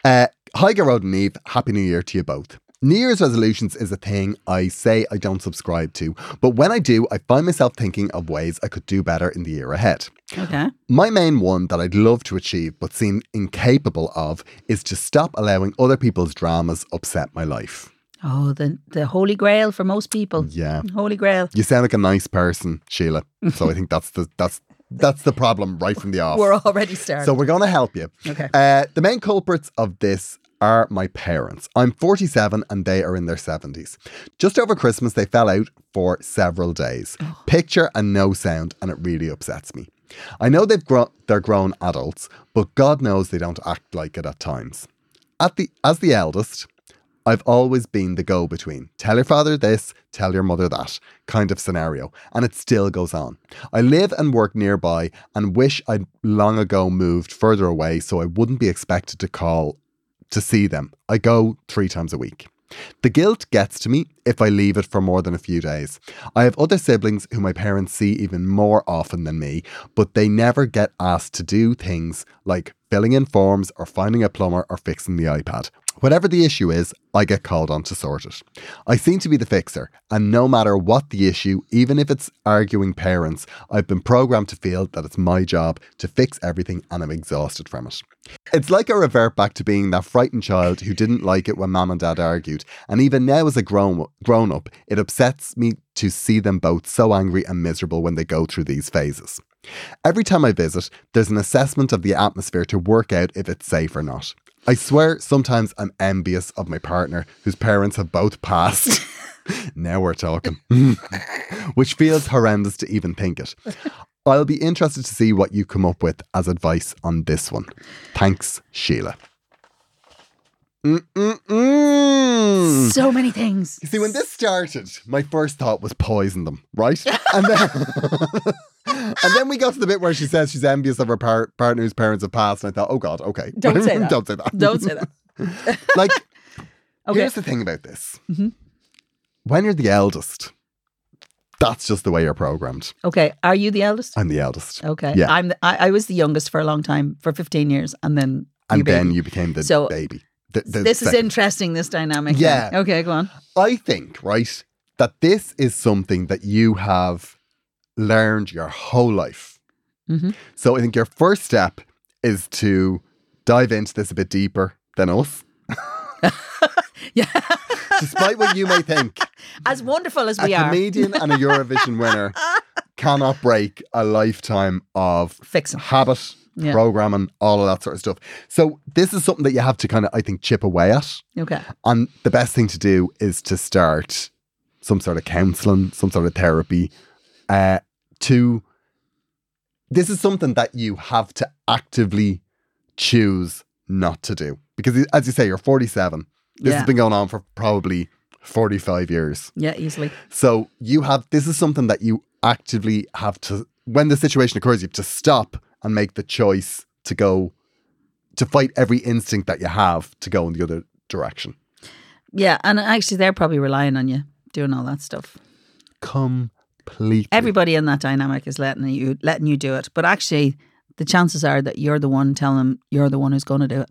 Speaker 3: uh, hi, Gerard and Eve. Happy New Year to you both. New Year's resolutions is a thing I say I don't subscribe to, but when I do, I find myself thinking of ways I could do better in the year ahead.
Speaker 2: Okay.
Speaker 3: My main one that I'd love to achieve but seem incapable of is to stop allowing other people's dramas upset my life.
Speaker 2: Oh, the the holy grail for most people.
Speaker 3: Yeah.
Speaker 2: Holy grail.
Speaker 3: You sound like a nice person, Sheila. So I think that's the that's that's the problem right from the off.
Speaker 2: We're already starting.
Speaker 3: So we're going to help you.
Speaker 2: Okay.
Speaker 3: Uh, the main culprits of this are my parents. I'm 47 and they are in their 70s. Just over Christmas, they fell out for several days. Picture and no sound, and it really upsets me. I know they've gro- they're grown adults, but God knows they don't act like it at times. At the as the eldest, I've always been the go between. Tell your father this, tell your mother that kind of scenario. And it still goes on. I live and work nearby and wish I'd long ago moved further away so I wouldn't be expected to call to see them. I go three times a week. The guilt gets to me if I leave it for more than a few days. I have other siblings who my parents see even more often than me, but they never get asked to do things like filling in forms or finding a plumber or fixing the iPad. Whatever the issue is, I get called on to sort it. I seem to be the fixer, and no matter what the issue, even if it's arguing parents, I've been programmed to feel that it's my job to fix everything and I'm exhausted from it. It's like I revert back to being that frightened child who didn't like it when mum and dad argued. And even now, as a grown, grown up, it upsets me to see them both so angry and miserable when they go through these phases. Every time I visit, there's an assessment of the atmosphere to work out if it's safe or not. I swear, sometimes I'm envious of my partner, whose parents have both passed. now we're talking. Which feels horrendous to even think it. I'll be interested to see what you come up with as advice on this one. Thanks, Sheila. Mm-mm-mm.
Speaker 2: So many things.
Speaker 3: mm. You see, when this started, my first thought was poison them, right? And then, and then we got to the bit where she says she's envious of her par- partner whose parents have passed, and I thought, oh god, okay,
Speaker 2: Don't say that.
Speaker 3: don't say that,
Speaker 2: Don't say that.
Speaker 3: like,
Speaker 2: Okay. Mm-hmm.
Speaker 3: here's the thing about this: when you're the eldest, that's just the way you're programmed.
Speaker 2: Okay. Are you the eldest?
Speaker 3: I'm the eldest,
Speaker 2: Okay.
Speaker 3: Yeah.
Speaker 2: I'm the, I, I was the youngest for a long time, for 15 years, and then
Speaker 3: and
Speaker 2: you
Speaker 3: then
Speaker 2: baby.
Speaker 3: you became the
Speaker 2: So,
Speaker 3: baby. The- the
Speaker 2: This is
Speaker 3: second.
Speaker 2: interesting. This dynamic. then.
Speaker 3: Yeah.
Speaker 2: Okay. Go on.
Speaker 3: I think, right, that this is something that you have learned your whole life.
Speaker 2: Mhm.
Speaker 3: So I think your first step is to dive into this a bit deeper than us.
Speaker 2: Yeah.
Speaker 3: Despite what you may think,
Speaker 2: As wonderful as
Speaker 3: a
Speaker 2: we are,
Speaker 3: comedian and a Eurovision winner cannot break a lifetime of
Speaker 2: fix 'em.
Speaker 3: habit
Speaker 2: Yeah.
Speaker 3: programming, all of that sort of stuff. So this is something that you have to kind of, I think, chip away at.
Speaker 2: Okay.
Speaker 3: And the best thing to do is to start some sort of counseling, some sort of therapy. Uh, to this is something that you have to actively choose not to do because, as you say, you're 47. This
Speaker 2: Yeah.
Speaker 3: has been going on for probably 45 years.
Speaker 2: Yeah, easily.
Speaker 3: So you have this is something that you actively have to when the situation occurs, you have to stop and make the choice to go to fight every instinct that you have to go in the other direction.
Speaker 2: Yeah, and actually, they're probably relying on you doing all that stuff.
Speaker 3: Completely.
Speaker 2: Everybody in that dynamic is letting you letting you do it, but actually, the chances are that you're the one telling them you're the one who's going to do it.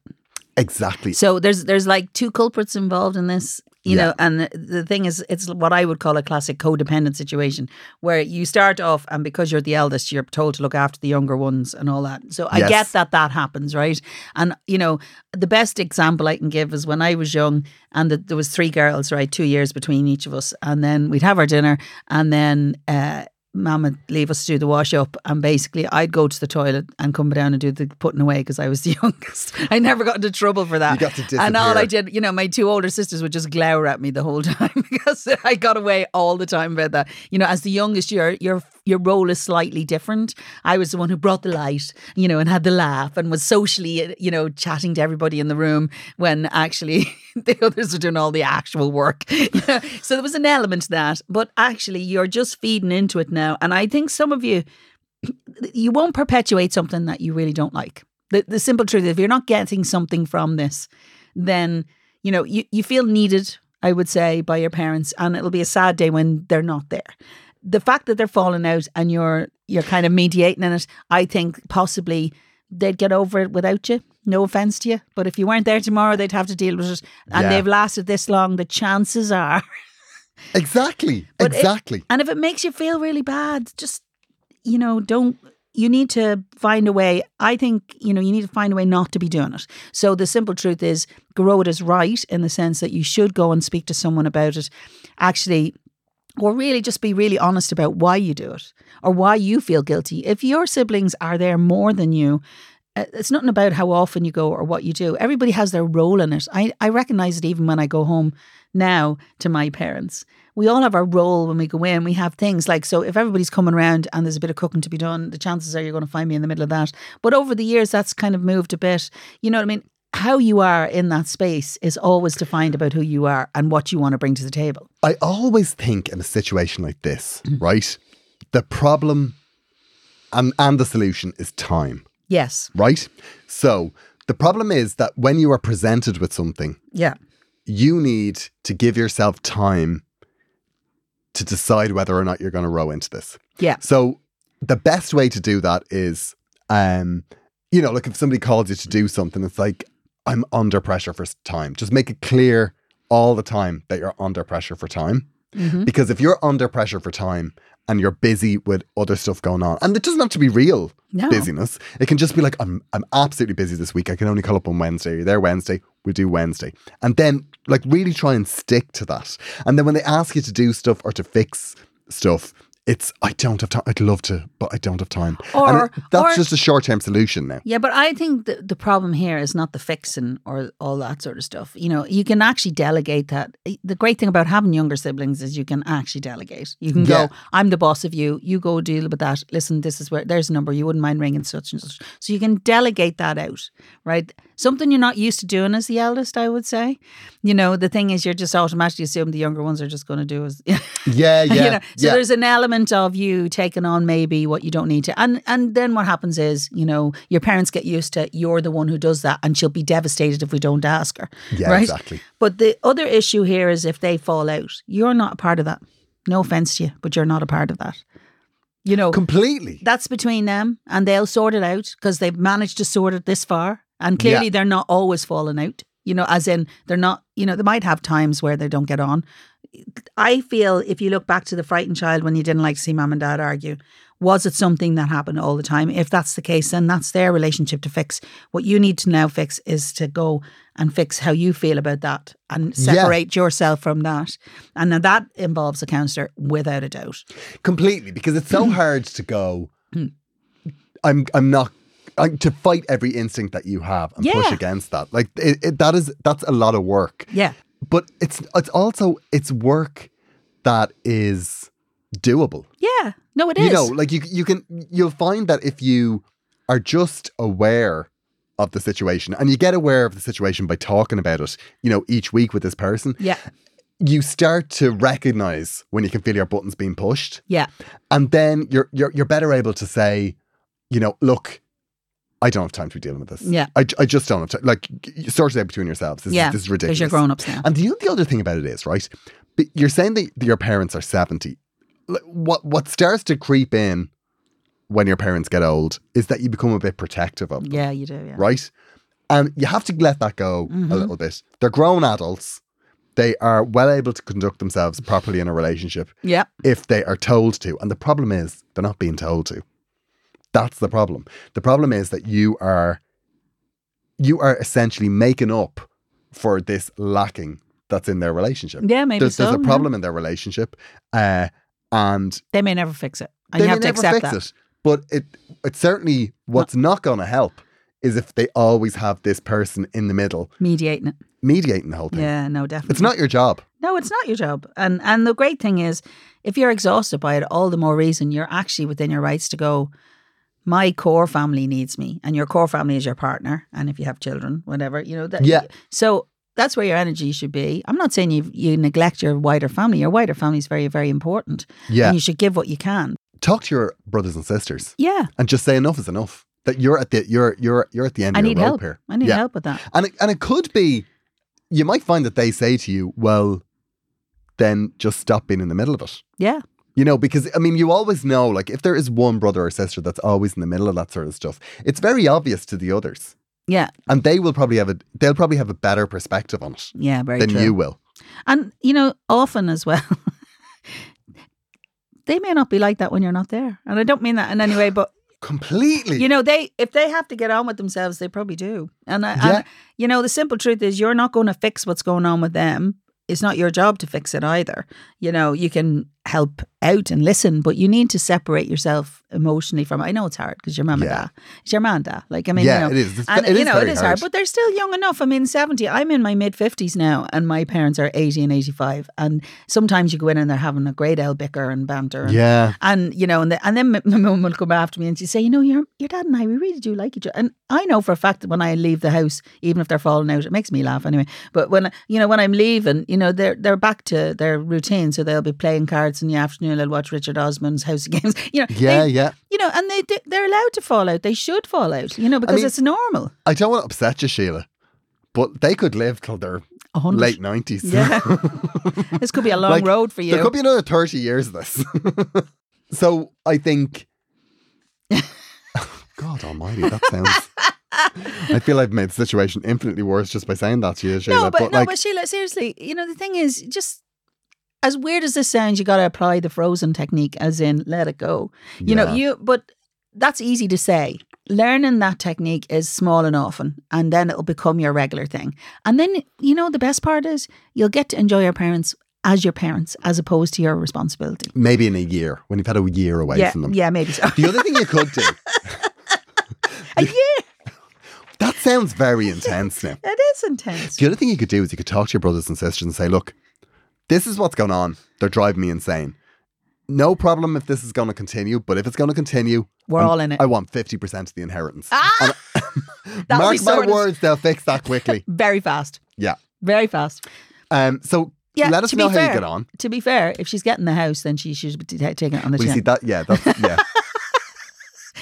Speaker 3: Exactly.
Speaker 2: So there's there's like two culprits involved in this, you
Speaker 3: Yeah.
Speaker 2: know. And the, the thing is, it's what I would call a classic codependent situation where you start off, and because you're the eldest, you're told to look after the younger ones and all that. So I
Speaker 3: Yes.
Speaker 2: get that that happens, right? And you know, the best example I can give is when I was young, and the, there was three girls, right, two years between each of us, and then we'd have our dinner, and then. Uh, Mum would leave us to do the wash up, and basically, I'd go to the toilet and come down and do the putting away because I was the youngest. I never got into trouble for that.
Speaker 3: You got to
Speaker 2: And all I
Speaker 3: disappear.
Speaker 2: did, you know, my two older sisters would just glower at me the whole time because I got away all the time about that. You know, as the youngest, your your your role is slightly different. I was the one who brought the light, you know, and had the laugh and was socially, you know, chatting to everybody in the room when actually the others were doing all the actual work. so there was an element to that, but actually you're just feeding into it now. And I think some of you you won't perpetuate something that you really don't like. The, the simple truth is, if you're not getting something from this, then you know you, you feel needed, I would say, by your parents, and it'll be a sad day when they're not there. The fact that they're falling out and you're you're kind of mediating in it, I think possibly they'd get over it without you. No offense to you, but if you weren't there tomorrow, they'd have to deal with it, and
Speaker 3: Yeah.
Speaker 2: they've lasted this long. The chances are
Speaker 3: exactly.
Speaker 2: But it-
Speaker 3: exactly.
Speaker 2: and if it makes you feel really bad, just you know, don't you need to find a way. I think, you know, you need to find a way not to be doing it. So the simple truth is Garode is right in the sense that you should go and speak to someone about it. Actually, or really just be really honest about why you do it or why you feel guilty. If your siblings are there more than you, uh, it's nothing about how often you go or what you do. Everybody has their role in it. I, I recognize it even when I go home now to my parents. We all have our role when we go in. We have things like, so if everybody's coming around and there's a bit of cooking to be done, the chances are you're going to find me in the middle of that. But over the years, that's kind of moved a bit. You know what I mean? How you are in that space is always defined about who you are and what you want to bring to the table.
Speaker 3: I always think in a situation like this,
Speaker 2: Mm.
Speaker 3: right? The problem and and the solution is time,
Speaker 2: Yes.
Speaker 3: right? So the problem is that when you are presented with something,
Speaker 2: Yeah.
Speaker 3: you need to give yourself time to decide whether or not you're going to row into this.
Speaker 2: Yeah.
Speaker 3: So the best way to do that is, um, you know, like if somebody calls you to do something, it's like I'm under pressure for s- time. Just make it clear all the time that you're under pressure for time, because if you're under pressure for time and you're busy with other stuff going on, and it doesn't have to be real
Speaker 2: No.
Speaker 3: busyness, it can just be like I'm I'm absolutely busy this week. I can only call up on Wednesday. You're there Wednesday. We do Wednesday, and then like really try and stick to that. And then when they ask you to do stuff or to fix stuff, it's I don't have time. I'd love to, but I don't have time. And
Speaker 2: Or-
Speaker 3: it- that's
Speaker 2: or-
Speaker 3: just a short term solution now.
Speaker 2: Yeah, but I think the, the problem here is not the fixing or all that sort of stuff. You know, you can actually delegate that. The great thing about having younger siblings is you can actually delegate. You can
Speaker 3: Yeah.
Speaker 2: go, I'm the boss of you. You go deal with that. Listen, this is where there's a number. You wouldn't mind ringing such and such. So you can delegate that out, right? Something you're not used to doing as the eldest, I would say. You know, the thing is, you're just automatically assume the younger ones are just going to do as.
Speaker 3: Yeah, yeah,
Speaker 2: you know, so
Speaker 3: yeah.
Speaker 2: there's an element of you taking on maybe what you don't need to, and and then what happens is you know your parents get used to you're the one who does that, and she'll be devastated if we don't ask her.
Speaker 3: Yeah,
Speaker 2: right?
Speaker 3: exactly.
Speaker 2: But the other issue here is if they fall out, you're not a part of that. No offense to you, but you're not a part of that. You know,
Speaker 3: Completely.
Speaker 2: that's between them, and they'll sort it out because they've managed to sort it this far, and clearly
Speaker 3: Yeah.
Speaker 2: they're not always falling out. You know, as in they're not. You know, they might have times where they don't get on. I feel if you look back to the frightened child when you didn't like to see mum and dad argue, was it something that happened all the time? If that's the case, then that's their relationship to fix. What you need to now fix is to go and fix how you feel about that and
Speaker 3: Yeah.
Speaker 2: separate yourself from that. And now that involves a counselor without a doubt.
Speaker 3: Hmm. completely because it's so hard to go i'm i'm not like, to fight every instinct that you have and push
Speaker 2: Yeah.
Speaker 3: against that. Like it, it, that is that's a lot of work.
Speaker 2: Yeah.
Speaker 3: But it's it's also it's work that is doable.
Speaker 2: Yeah. No, it is.
Speaker 3: you know, like you you can you'll find that if you are just aware of the situation and you get aware of the situation by talking about it, you know, each week with this person,
Speaker 2: yeah.
Speaker 3: you start to recognize when you can feel your buttons being pushed
Speaker 2: Yeah.
Speaker 3: and then you're you're you're better able to say, you know, look, I don't have time to be dealing with this.
Speaker 2: Yeah.
Speaker 3: I, I just don't have time. Like, y- sort it out between yourselves. This,
Speaker 2: yeah.
Speaker 3: is, this is
Speaker 2: Because
Speaker 3: ridiculous.
Speaker 2: you're grown ups now.
Speaker 3: And the, the other thing about it is, right? But you're saying that your parents are 70. Like, What, what starts to creep in when your parents get old is that you become a bit protective of them,
Speaker 2: Yeah, you do. Yeah.
Speaker 3: right? And you have to let that go a little bit. They're grown adults. They are well able to conduct themselves properly in a relationship
Speaker 2: Yeah.
Speaker 3: if they are told to. And the problem is they're not being told to. That's the problem. The problem is that you are you are essentially making up for this lacking that's in their relationship.
Speaker 2: Yeah, maybe
Speaker 3: there's,
Speaker 2: so.
Speaker 3: there's a
Speaker 2: yeah.
Speaker 3: problem in their relationship, uh, and
Speaker 2: They may never fix it. And
Speaker 3: they
Speaker 2: you have
Speaker 3: may
Speaker 2: to
Speaker 3: never
Speaker 2: accept that.
Speaker 3: fix it. But it it's certainly what's not going to help is if they always have this person in the middle
Speaker 2: Mediating it.
Speaker 3: mediating the whole thing.
Speaker 2: Yeah, no, definitely.
Speaker 3: It's not your job.
Speaker 2: No, it's not your job. And and the great thing is, if you're exhausted by it, all the more reason you're actually within your rights to go. My core family needs me, and your core family is your partner. And if you have children, whatever you know that.
Speaker 3: Yeah.
Speaker 2: So that's where your energy should be. I'm not saying you you neglect your wider family. Your wider family is very very important.
Speaker 3: Yeah.
Speaker 2: And you should give what you can.
Speaker 3: Talk to your brothers and sisters.
Speaker 2: Yeah.
Speaker 3: and just say enough is enough. That you're at the you're you're you're at the end
Speaker 2: I
Speaker 3: of
Speaker 2: need
Speaker 3: your
Speaker 2: help.
Speaker 3: rope here.
Speaker 2: I need
Speaker 3: Yeah.
Speaker 2: help with that.
Speaker 3: And it, and it could be you might find that they say to you, well, then just stop being in the middle of it.
Speaker 2: Yeah.
Speaker 3: You know, because I mean, you always know, like, if there is one brother or sister that's always in the middle of that sort of stuff, it's very obvious to the others,
Speaker 2: Yeah.
Speaker 3: and they will probably have a they'll probably have a better perspective on it
Speaker 2: Yeah. Very
Speaker 3: than
Speaker 2: true.
Speaker 3: you will.
Speaker 2: And you know, often as well, they may not be like that when you're not there. And I don't mean that in any way, but
Speaker 3: Completely.
Speaker 2: you know, they if they have to get on with themselves, they probably do. And, I,
Speaker 3: Yeah.
Speaker 2: and you know, the simple truth is, you're not going to fix what's going on with them. It's not your job to fix it either. You know, you can help out and listen, but you need to separate yourself emotionally from. I know it's hard because your mum
Speaker 3: Yeah.
Speaker 2: and dad, it's your man and dad. Like I mean,
Speaker 3: yeah,
Speaker 2: you know,
Speaker 3: it is. It's,
Speaker 2: and
Speaker 3: it is
Speaker 2: you know
Speaker 3: very
Speaker 2: it is hard. but they're still young enough. I mean, seventy. I'm in my mid fifties now, and my parents are eighty and eighty-five. And sometimes you go in and they're having a great old bicker and banter. And,
Speaker 3: yeah,
Speaker 2: And you know, and, the, and then my, my mum will come after me and she say, you know, your your dad and I, we really do like each other. And I know for a fact that when I leave the house, even if they're falling out, it makes me laugh anyway. But when I- you know when I'm leaving, you know they're they're back to their routine, so they'll be playing cards in the afternoon. They'll watch Richard Osman's House of Games. You know,
Speaker 3: yeah,
Speaker 2: they-
Speaker 3: yeah.
Speaker 2: you know, and they do, they're allowed to fall out. They should fall out, you know, because
Speaker 3: mean-
Speaker 2: it's normal.
Speaker 3: I don't want to upset you, Sheila, but they could live till they're
Speaker 2: A hundred.
Speaker 3: late nineties.
Speaker 2: Yeah. this could be a long
Speaker 3: Like,
Speaker 2: road for you.
Speaker 3: There could be another 30 years of this. so I think. God almighty, that sounds. I feel I've made the situation infinitely worse just by saying that to you, Sheila.
Speaker 2: no, but, no,
Speaker 3: like,
Speaker 2: but Sheila, seriously, you know, the thing is, just as weird as this sounds, you got to apply the frozen technique, as in let it go. You know,
Speaker 3: Yeah.
Speaker 2: you, but that's easy to say. Learning that technique is small and often, and then it'll become your regular thing. And then, you know, the best part is you'll get to enjoy your parents as your parents, as opposed to your responsibility.
Speaker 3: maybe in a year when you've had a year away
Speaker 2: Yeah,
Speaker 3: from them.
Speaker 2: yeah, maybe so.
Speaker 3: The other thing you could do.
Speaker 2: a year.
Speaker 3: That sounds very intense now.
Speaker 2: It is intense.
Speaker 3: The other thing you could do is you could talk to your brothers and sisters and say, look, this is what's going on. They're driving me insane. No problem if this is going to continue, but if it's going to continue,
Speaker 2: We're
Speaker 3: I'm-
Speaker 2: all in it.
Speaker 3: I want 50% of the inheritance.
Speaker 2: Ah! That'll be
Speaker 3: Mark my
Speaker 2: sorted
Speaker 3: words, they'll fix that quickly.
Speaker 2: Very fast.
Speaker 3: Yeah.
Speaker 2: Very fast.
Speaker 3: Um, so
Speaker 2: Yeah,
Speaker 3: let us
Speaker 2: to
Speaker 3: know
Speaker 2: be
Speaker 3: how you
Speaker 2: fair.
Speaker 3: get on.
Speaker 2: To be fair, if she's getting the house, then she should be ta- taking it on the
Speaker 3: Well, you see
Speaker 2: chin.
Speaker 3: that? Yeah, that's, yeah.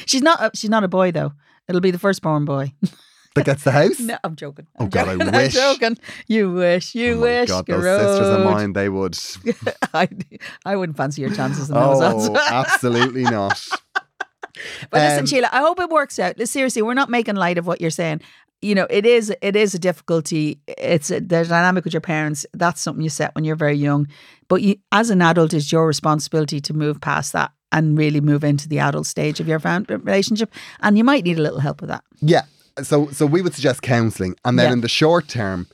Speaker 2: She's not. A, she's not a boy though. It'll be the firstborn boy.
Speaker 3: that gets the house.
Speaker 2: no, I'm joking.
Speaker 3: Oh,
Speaker 2: I'm
Speaker 3: God, I
Speaker 2: joking.
Speaker 3: wish.
Speaker 2: I'm joking. You wish. You
Speaker 3: Oh my
Speaker 2: wish.
Speaker 3: God, those sisters of
Speaker 2: Garrod.
Speaker 3: mine, they would.
Speaker 2: I, I wouldn't fancy your chances in those odds.
Speaker 3: oh, absolutely not.
Speaker 2: But
Speaker 3: Um,
Speaker 2: listen, Sheila, I hope it works out. Seriously, we're not making light of what you're saying. You know, it is it is a difficulty. It's a, the dynamic with your parents. That's something you set when you're very young. But you, as an adult, it's your responsibility to move past that and really move into the adult stage of your fam- relationship. And you might need a little help with that.
Speaker 3: Yeah. So, so we would suggest counselling, and then
Speaker 2: Yeah.
Speaker 3: in the short term,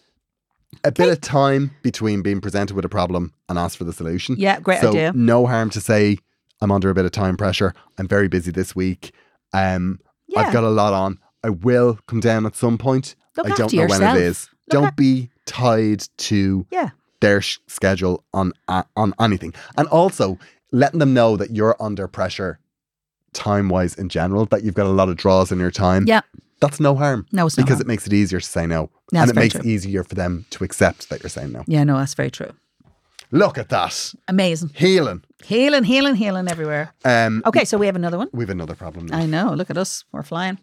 Speaker 3: a bit of time between being presented with a problem and ask for the solution.
Speaker 2: Yeah, great
Speaker 3: so
Speaker 2: idea.
Speaker 3: No harm to say I'm under a bit of time pressure. I'm very busy this week. Um,
Speaker 2: Yeah.
Speaker 3: I've got a lot on. I will come down at some point.
Speaker 2: Look
Speaker 3: I don't
Speaker 2: after
Speaker 3: know when
Speaker 2: yourself.
Speaker 3: it is.
Speaker 2: Look
Speaker 3: don't
Speaker 2: af-
Speaker 3: be tied to
Speaker 2: Yeah.
Speaker 3: their sh- schedule on uh, on anything. And also letting them know that you're under pressure time wise in general, that you've got a lot of draws in your time.
Speaker 2: Yeah.
Speaker 3: That's no harm.
Speaker 2: No, it's not
Speaker 3: because
Speaker 2: harm.
Speaker 3: it makes it easier to say no.
Speaker 2: That's
Speaker 3: and it
Speaker 2: very
Speaker 3: makes it
Speaker 2: true.
Speaker 3: easier for them to accept that you're saying no.
Speaker 2: Yeah, no, that's very true.
Speaker 3: Look at that.
Speaker 2: Amazing.
Speaker 3: Healing.
Speaker 2: Healing, healing, healing everywhere.
Speaker 3: Um
Speaker 2: Okay, so we have another one.
Speaker 3: we've another problem now.
Speaker 2: I know. Look at us. We're flying.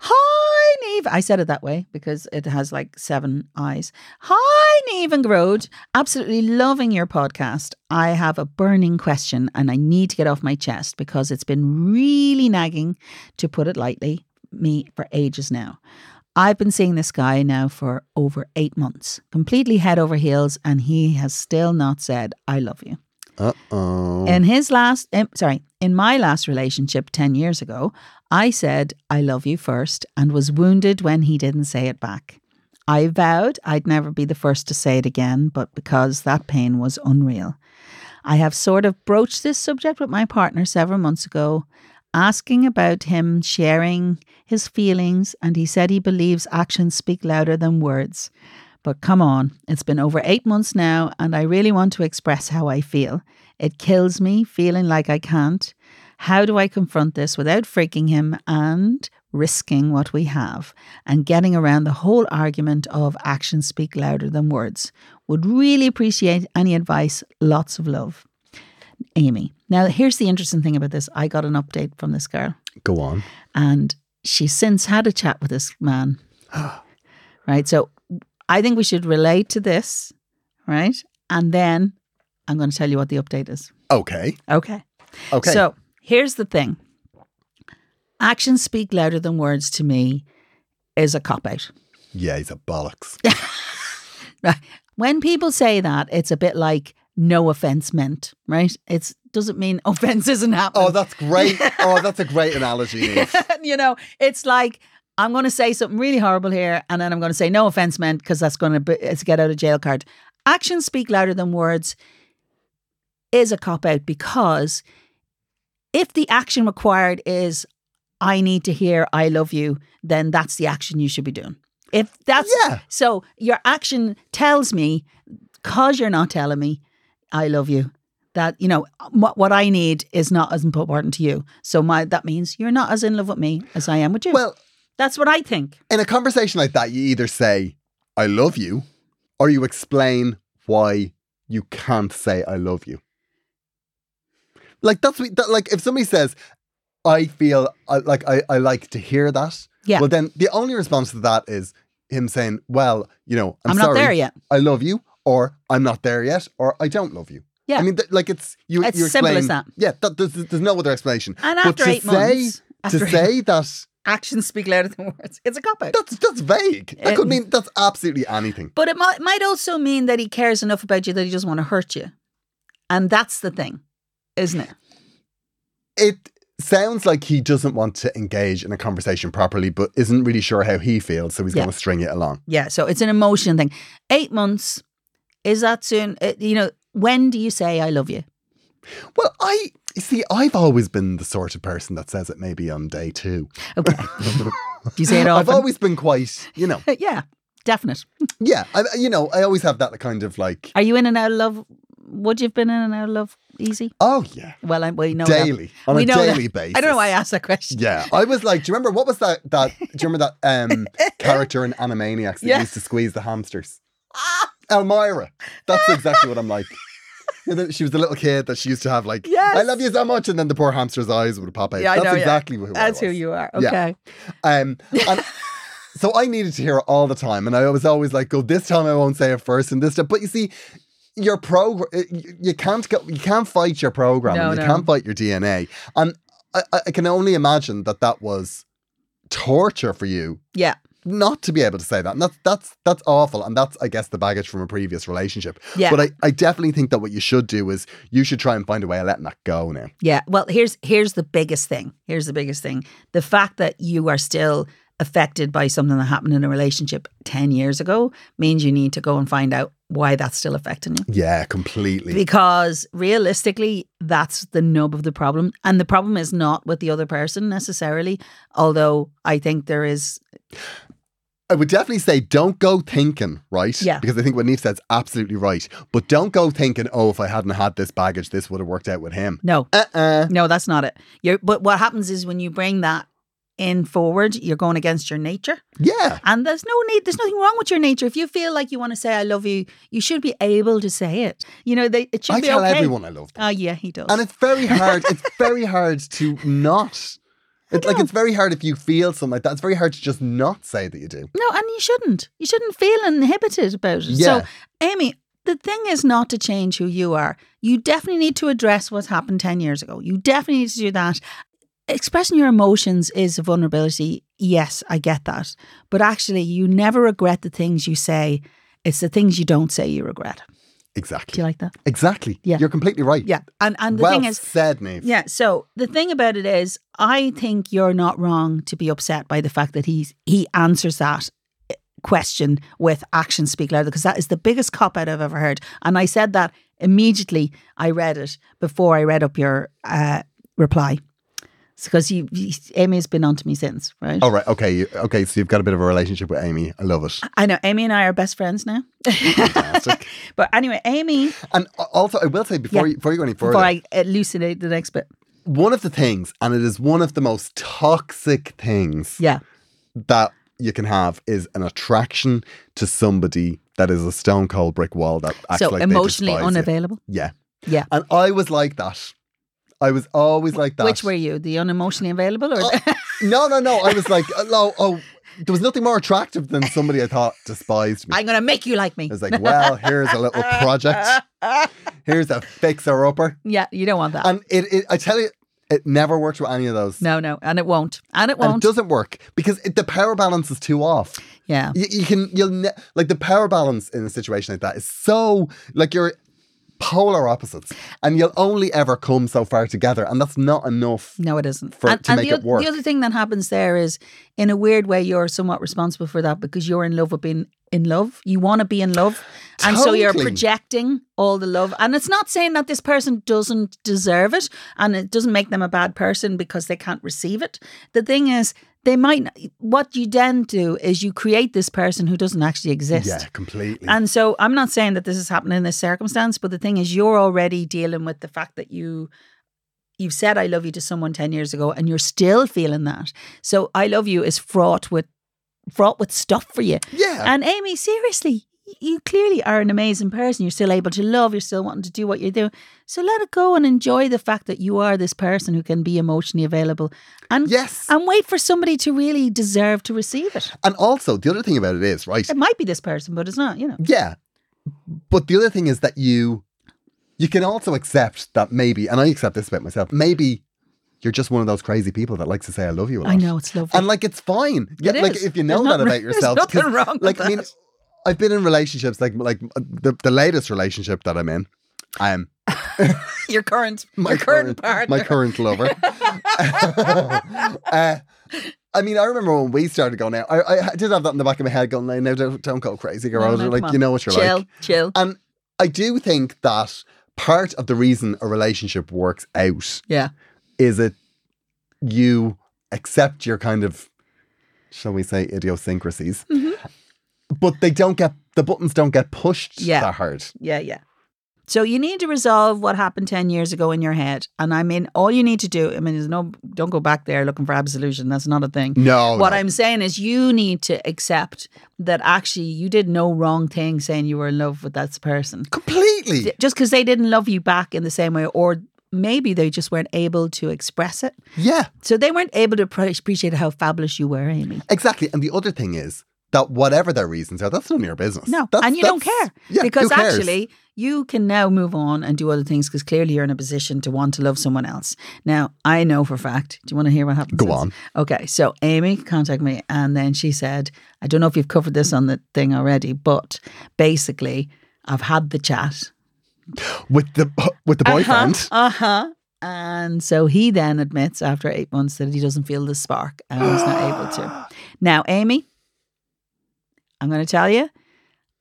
Speaker 2: Hi, Neve. I said it that way because it has like seven eyes. Hi, Neve and Grode. Absolutely loving your podcast. I have a burning question and I need to get off my chest because it's been really nagging, to put it lightly, me for ages now. I've been seeing this guy now for over eight months, completely head over heels, and he has still not said, I love you.
Speaker 3: Uh oh.
Speaker 2: In his last, um, sorry, in my last relationship 10 years ago, I said, I love you first and was wounded when he didn't say it back. I vowed I'd never be the first to say it again, but because that pain was unreal. I have sort of broached this subject with my partner several months ago, asking about him sharing his feelings, and he said he believes actions speak louder than words. But come on, it's been over eight months now, and I really want to express how I feel. It kills me feeling like I can't. How do I confront this without freaking him and risking what we have and getting around the whole argument of actions speak louder than words? Would really appreciate any advice. Lots of love. Amy. Now, here's the interesting thing about this. I got an update from this girl
Speaker 3: Go on.
Speaker 2: and she's since had a chat with this man. right. So I think we should relate to this, right? And then I'm going to tell you what the update is.
Speaker 3: Okay.
Speaker 2: Okay.
Speaker 3: Okay.
Speaker 2: So here's the thing actions speak louder than words to me is a cop out.
Speaker 3: yeah, he's a bollocks.
Speaker 2: Right. When people say that, it's a bit like no offense meant, right? It's doesn't mean offense isn't happening.
Speaker 3: Oh, that's great. Oh, that's a great analogy. Niamh.
Speaker 2: you know, it's like I'm going to say something really horrible here, and then I'm going to say no offense meant because that's going to be, it's a get out of jail card. Actions speak louder than words is a cop out because if the action required is I need to hear I love you, then that's the action you should be doing. If that's
Speaker 3: Yeah.
Speaker 2: so, your action tells me because you're not telling me I love you that you know what what I need is not as important to you. So my that means you're not as in love with me as I am with you.
Speaker 3: Well,
Speaker 2: that's what I think.
Speaker 3: in a conversation like that, you either say, I love you, or you explain why you can't say, I love you. Like, that's what- that, like if somebody says, I feel I, like I, I like to hear that.
Speaker 2: Yeah.
Speaker 3: Well, then the only response to that is him saying, Well, you know, I'm,
Speaker 2: I'm not
Speaker 3: sorry,
Speaker 2: there yet.
Speaker 3: I love you, or I'm not there yet, or I don't love you.
Speaker 2: Yeah.
Speaker 3: I mean, th- like it's you.
Speaker 2: It's
Speaker 3: you
Speaker 2: simple as
Speaker 3: explain-
Speaker 2: that.
Speaker 3: Yeah, that, there's, there's no other explanation.
Speaker 2: And
Speaker 3: But
Speaker 2: after
Speaker 3: to
Speaker 2: eight
Speaker 3: say,
Speaker 2: months-
Speaker 3: to
Speaker 2: after eight-
Speaker 3: say that
Speaker 2: Actions speak louder than words. It's a cop out.
Speaker 3: that's that's vague. That
Speaker 2: Uh,
Speaker 3: could mean that's absolutely anything.
Speaker 2: But it might, might also mean that he cares enough about you that he doesn't want to hurt you, and that's the thing, isn't it?
Speaker 3: It sounds like he doesn't want to engage in a conversation properly, but isn't really sure how he feels, so he's
Speaker 2: Yeah.
Speaker 3: going to string it along.
Speaker 2: Yeah. So it's an emotion thing. Eight months is that soon? Uh, you know, when do you say I love you?
Speaker 3: Well, I you see, I've always been the sort of person that says it maybe on day two.
Speaker 2: Okay. do you say it often? Uh,
Speaker 3: I've always been quite, you know,
Speaker 2: yeah, definite.
Speaker 3: yeah, I, you know, I always have that kind of like,
Speaker 2: Are you in and out of love? Would you've been in and out of love easy?
Speaker 3: oh yeah,
Speaker 2: Well, I, we know that.
Speaker 3: daily on
Speaker 2: we
Speaker 3: a
Speaker 2: know that.
Speaker 3: daily basis.
Speaker 2: I don't know why I asked that question.
Speaker 3: Yeah, I was like, do you remember what was that? That do you remember that um, character in Animaniacs that
Speaker 2: Yeah. Ah.
Speaker 3: used to squeeze the hamsters? Elmira. That's exactly what I'm like. You know, She was the little kid that she used to have like,
Speaker 2: Yes.
Speaker 3: I love you so much, and then the poor hamster's eyes would pop out.
Speaker 2: Yeah, I
Speaker 3: That's
Speaker 2: know, yeah.
Speaker 3: exactly who. I
Speaker 2: That's who
Speaker 3: was.
Speaker 2: you are.
Speaker 3: Yeah.
Speaker 2: Okay.
Speaker 3: Um, and so I needed to hear it all the time, and I was always like, "Go this time, I won't say it first, and this time." But you see, your program, you can't go, you can't fight your program,
Speaker 2: No,
Speaker 3: you
Speaker 2: no.
Speaker 3: can't fight your DNA, and I, I I can only imagine that that was torture for you
Speaker 2: Yeah.
Speaker 3: not to be able to say that. And that's that's that's awful. And that's I guess the baggage from a previous relationship.
Speaker 2: Yeah.
Speaker 3: But I, I definitely think that what you should do is you should try and find a way of letting that go now.
Speaker 2: Yeah. Well, here's here's the biggest thing. Here's the biggest thing. The fact that you are still affected by something that happened in a relationship 10 years ago means you need to go and find out why that's still affecting you.
Speaker 3: Yeah, completely.
Speaker 2: Because realistically, that's the nub of the problem. And the problem is not with the other person necessarily, although I think there is,
Speaker 3: I would definitely say don't go thinking, right?
Speaker 2: Yeah.
Speaker 3: Because I think what Neve said's absolutely right. But don't go thinking, oh, if I hadn't had this baggage, this would have worked out with him.
Speaker 2: no,
Speaker 3: Uh uh
Speaker 2: no, that's not it. You're, but what happens is when you bring that in forward, you're going against your nature.
Speaker 3: Yeah.
Speaker 2: And there's no need, there's nothing wrong with your nature. If you feel like you want to say, I love you, you should be able to say it. You know, they, it should
Speaker 3: I
Speaker 2: be
Speaker 3: tell
Speaker 2: okay.
Speaker 3: everyone I love them.
Speaker 2: Oh, yeah, he does.
Speaker 3: and it's very hard. it's very hard to not. It's like it's very hard if you feel something like that. It's very hard to just not say that you do.
Speaker 2: No, and you shouldn't. You shouldn't feel inhibited about it.
Speaker 3: Yeah.
Speaker 2: So, Amy, the thing is not to change who you are. You definitely need to address what happened 10 years ago. You definitely need to do that. Expressing your emotions is a vulnerability. Yes, I get that. But actually, you never regret the things you say. It's the things you don't say you regret. Do
Speaker 3: Exactly.
Speaker 2: you like that?
Speaker 3: exactly.
Speaker 2: Yeah.
Speaker 3: You're completely right.
Speaker 2: Yeah. And and the
Speaker 3: well
Speaker 2: thing is
Speaker 3: said, Neve.
Speaker 2: yeah, so the thing about it is I think you're not wrong to be upset by the fact that he's he answers that eh, question with actions speak louder because that is the biggest cop out I've ever heard. And I said that immediately I read it before I read up your uh, reply. Because you, you- Amy's been on to me since, right?
Speaker 3: All right. Okay. you- Okay. So you've got a bit of a relationship with Amy. I love it.
Speaker 2: I know Amy and I are best friends now.
Speaker 3: Fantastic.
Speaker 2: But anyway, Amy,
Speaker 3: and also, I will say before
Speaker 2: Yeah.
Speaker 3: you, before you go any further,
Speaker 2: before I elucidate the next bit,
Speaker 3: one of the things, and it is one of the most toxic things
Speaker 2: yeah,
Speaker 3: that you can have, is an attraction to somebody that is a stone cold brick wall that acts
Speaker 2: so
Speaker 3: like
Speaker 2: emotionally
Speaker 3: they despise you.
Speaker 2: unavailable,
Speaker 3: Yeah.
Speaker 2: yeah.
Speaker 3: And I was like that. I was always like that.
Speaker 2: Which were you, the unemotionally available, or
Speaker 3: Oh, no, no, no. I was like, oh, no, oh, there was nothing more attractive than somebody I thought despised me. I
Speaker 2: I'm going to make you like me?
Speaker 3: was like, well, here's a little project. Here's a fixer upper.
Speaker 2: Yeah, you don't want that.
Speaker 3: And it, it, I tell you, it never works with any of those.
Speaker 2: no, no, and it won't, and it
Speaker 3: And it
Speaker 2: won't.
Speaker 3: doesn't work because it, the power balance is too off.
Speaker 2: yeah,
Speaker 3: You, you can, you'll, ne- like, the power balance in a situation like that is so, like, you're polar opposites and you'll only ever come so far together. And that's not enough.
Speaker 2: no, it isn't.
Speaker 3: For-
Speaker 2: and
Speaker 3: to
Speaker 2: and
Speaker 3: make
Speaker 2: the,
Speaker 3: it
Speaker 2: oth-
Speaker 3: work.
Speaker 2: the other thing that happens there is, in a weird way, you're somewhat responsible for that because you're in love with being in love. You want to be in love, and so you're
Speaker 3: Totally.
Speaker 2: projecting all the love. And it's not saying that this person doesn't deserve it, and it doesn't make them a bad person because they can't receive it. The thing is. They might. not- What you then do is you create this person who doesn't actually exist.
Speaker 3: Yeah, completely.
Speaker 2: And so I'm not saying that this is happening in this circumstance, but the thing is you're already dealing with the fact that you you've said I love you to someone 10 years ago and you're still feeling that. So I love you is fraught with fraught with stuff for you.
Speaker 3: yeah.
Speaker 2: And Amy, seriously, y- you clearly are an amazing person. You're still able to love, you're still wanting to do what you're doing. So let it go and enjoy the fact that you are this person who can be emotionally available and
Speaker 3: Yes.
Speaker 2: and wait for somebody to really deserve to receive it.
Speaker 3: And also, the other thing about it is, right?
Speaker 2: It might be this person, but it's not, you know.
Speaker 3: Yeah. But the other thing is that you you can also accept that maybe, and I accept this about myself, maybe you're just one of those crazy people that likes to say I love you a lot.
Speaker 2: I know it's lovely.
Speaker 3: And like it's fine. Yeah, like
Speaker 2: is.
Speaker 3: if you
Speaker 2: There's
Speaker 3: know
Speaker 2: not-
Speaker 3: that about
Speaker 2: there's
Speaker 3: yourself.
Speaker 2: nothing
Speaker 3: 'cause,
Speaker 2: wrong with
Speaker 3: Like I mean
Speaker 2: that.
Speaker 3: I've been in relationships like like the, the latest relationship that I'm in. Um
Speaker 2: your current
Speaker 3: my
Speaker 2: your current, partner.
Speaker 3: my current lover. uh, I mean, I remember when we started going out. I, I did have that in the back of my head, going, "No, don't, don't go crazy, girl."
Speaker 2: no, come
Speaker 3: like,
Speaker 2: on.
Speaker 3: you know what you're
Speaker 2: chill,
Speaker 3: like.
Speaker 2: chill.
Speaker 3: And I do think that part of the reason a relationship works out
Speaker 2: yeah.
Speaker 3: is it you accept your kind of, shall we say, idiosyncrasies,
Speaker 2: Mm-hmm.
Speaker 3: but they don't get the buttons don't get pushed
Speaker 2: Yeah.
Speaker 3: that hard.
Speaker 2: Yeah, yeah. So you need to resolve what happened 10 years ago in your head. And I mean, all you need to do, I mean, there's no, don't go back there looking for absolution. That's not a thing.
Speaker 3: No,
Speaker 2: What
Speaker 3: no.
Speaker 2: I'm saying is you need to accept that actually you did no wrong thing saying you were in love with that person.
Speaker 3: completely.
Speaker 2: Just because they didn't love you back in the same way, or maybe they just weren't able to express it.
Speaker 3: yeah,
Speaker 2: So they weren't able to appre- appreciate how fabulous you were, Amy.
Speaker 3: exactly. And the other thing is. That whatever their reasons are, that's none of your business.
Speaker 2: No,
Speaker 3: That's-
Speaker 2: and you don't
Speaker 3: that's-
Speaker 2: care
Speaker 3: Yeah, who
Speaker 2: because
Speaker 3: cares?
Speaker 2: actually you can now move on and do other things because clearly you're in a position to want to love someone else. Now I know for a fact. Do you want to hear what happened?
Speaker 3: Go
Speaker 2: since?
Speaker 3: on.
Speaker 2: Okay, so Amy contacted me and then she said, "I don't know if you've covered this on the thing already, but basically I've had the chat Uh-huh.
Speaker 3: with the with the boyfriend,
Speaker 2: Uh huh. And so he then admits after eight months that he doesn't feel the spark and was not able to. Now, Amy, I'm going to tell you,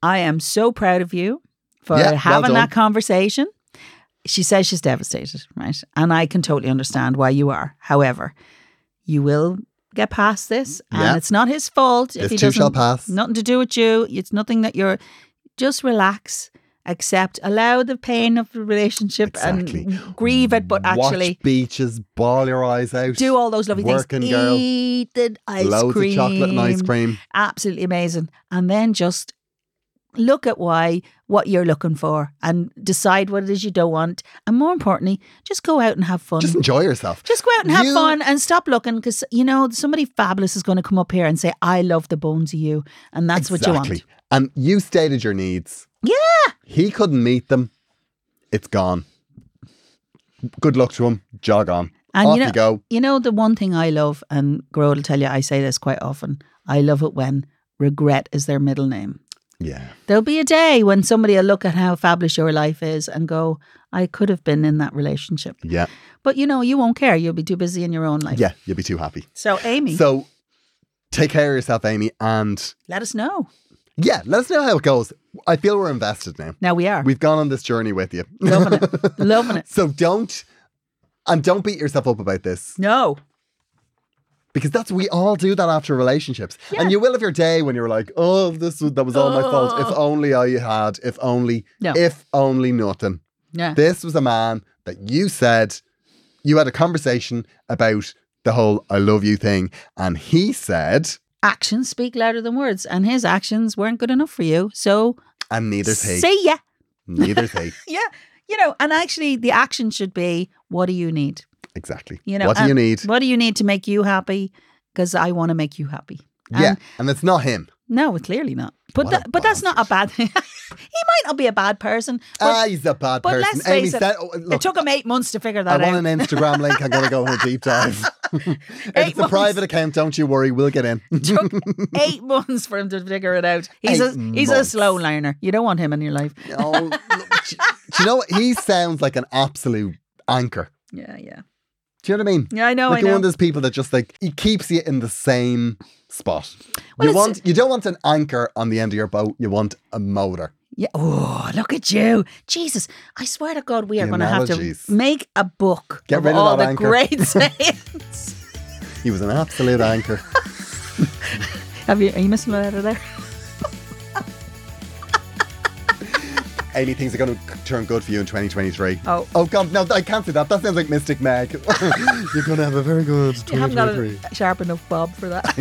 Speaker 2: I am so proud of you for
Speaker 3: Yeah, well
Speaker 2: having
Speaker 3: done.
Speaker 2: that conversation. She says she's devastated, right? And I can totally understand why you are. However, you will get past this, and
Speaker 3: Yeah.
Speaker 2: it's not his fault if
Speaker 3: This
Speaker 2: he
Speaker 3: too
Speaker 2: doesn't
Speaker 3: shall pass.
Speaker 2: Nothing to do with you. It's nothing that you're. Just relax, accept, allow the pain of the relationship
Speaker 3: Exactly.
Speaker 2: and grieve it, but actually
Speaker 3: Watch beaches, ball your eyes out.
Speaker 2: do all those lovely
Speaker 3: Working
Speaker 2: things.
Speaker 3: girl.
Speaker 2: Eat the ice
Speaker 3: Loads
Speaker 2: cream.
Speaker 3: of chocolate and ice cream.
Speaker 2: Absolutely amazing. And then just look at why, what you're looking for, and decide what it is you don't want. And more importantly, just go out and have fun.
Speaker 3: Just enjoy yourself.
Speaker 2: Just go out and have
Speaker 3: You-
Speaker 2: fun and stop looking because, you know, somebody fabulous is going to come up here and say, I love the bones of you. And that's what you want.
Speaker 3: And you stated your needs. Yeah. He couldn't meet them. It's gone. Good luck to him. Jog on.
Speaker 2: And
Speaker 3: Off
Speaker 2: you know,
Speaker 3: you go.
Speaker 2: you know the one thing I love, and Gro will tell you, I say this quite often. I love it when regret is their middle name.
Speaker 3: Yeah.
Speaker 2: There'll be a day when somebody will look at how fabulous your life is and go, "I could have been in that relationship,"
Speaker 3: Yeah.
Speaker 2: but you know you won't care. You'll be too busy in your own life.
Speaker 3: Yeah. You'll be too happy.
Speaker 2: So, Amy,
Speaker 3: So take care of yourself, Amy. And
Speaker 2: let us know.
Speaker 3: yeah, let us know how it goes. I feel we're invested now.
Speaker 2: Now we are
Speaker 3: We've gone on this journey with you.
Speaker 2: loving it, loving it.
Speaker 3: So don't, and don't beat yourself up about this
Speaker 2: No,
Speaker 3: because that's, we all do that after relationships. And you will have your day when you're like, oh, this was, that was all my fault. If only I had, if only,
Speaker 2: No.
Speaker 3: if only nothing.
Speaker 2: yeah,
Speaker 3: This was a man that you said you had a conversation about the whole I love you thing, and he said,
Speaker 2: actions speak louder than words, and his actions weren't good enough for you. So,
Speaker 3: and neither's he,
Speaker 2: say yeah,
Speaker 3: neither's he.
Speaker 2: yeah, you know. And actually, the action should be, "What do you need?"
Speaker 3: Exactly.
Speaker 2: You know,
Speaker 3: what do you
Speaker 2: and
Speaker 3: need?
Speaker 2: What do you need to make you happy? Because I want to make you happy. And
Speaker 3: yeah, and it's not him.
Speaker 2: No, clearly not. But
Speaker 3: What a
Speaker 2: that, but that's not a bad thing. he might not be a bad person. But,
Speaker 3: ah, he's a bad
Speaker 2: but
Speaker 3: person.
Speaker 2: let's
Speaker 3: Amy
Speaker 2: face it,
Speaker 3: said, oh,
Speaker 2: it
Speaker 3: look,
Speaker 2: took him eight months to figure
Speaker 3: I
Speaker 2: that out.
Speaker 3: want an Instagram link. I'm going to go on a deep dive. if
Speaker 2: Eight
Speaker 3: it's a
Speaker 2: months.
Speaker 3: private account, don't you worry. We'll get in.
Speaker 2: took eight months for him to figure it out. He's a
Speaker 3: Eight
Speaker 2: he's a
Speaker 3: months.
Speaker 2: slow learner. You don't want him in your life.
Speaker 3: oh, look, do, do you know what? He sounds like an absolute anchor.
Speaker 2: Yeah, yeah,
Speaker 3: Do you know what I mean?
Speaker 2: yeah. I know.
Speaker 3: like
Speaker 2: I
Speaker 3: you're one
Speaker 2: know.
Speaker 3: of those people that just like it keeps you in the same spot.
Speaker 2: Well,
Speaker 3: you
Speaker 2: it's-
Speaker 3: want you don't want an anchor on the end of your boat. You want a motor.
Speaker 2: yeah. Oh, look at you, Jesus! I swear to God, we are
Speaker 3: The
Speaker 2: going to have to
Speaker 3: analogies.
Speaker 2: make a book
Speaker 3: Get
Speaker 2: of
Speaker 3: rid of
Speaker 2: all
Speaker 3: that
Speaker 2: the
Speaker 3: anchor.
Speaker 2: great sayings.
Speaker 3: He was an absolute anchor.
Speaker 2: have you? Are you missing a letter there?
Speaker 3: Amy, things are going to turn good for you in 2023.
Speaker 2: Oh.
Speaker 3: oh God, no, I can't say that. That sounds like Mystic Meg. You're going to have a very good
Speaker 2: You haven't got
Speaker 3: 2023.
Speaker 2: a sharp enough bob for that.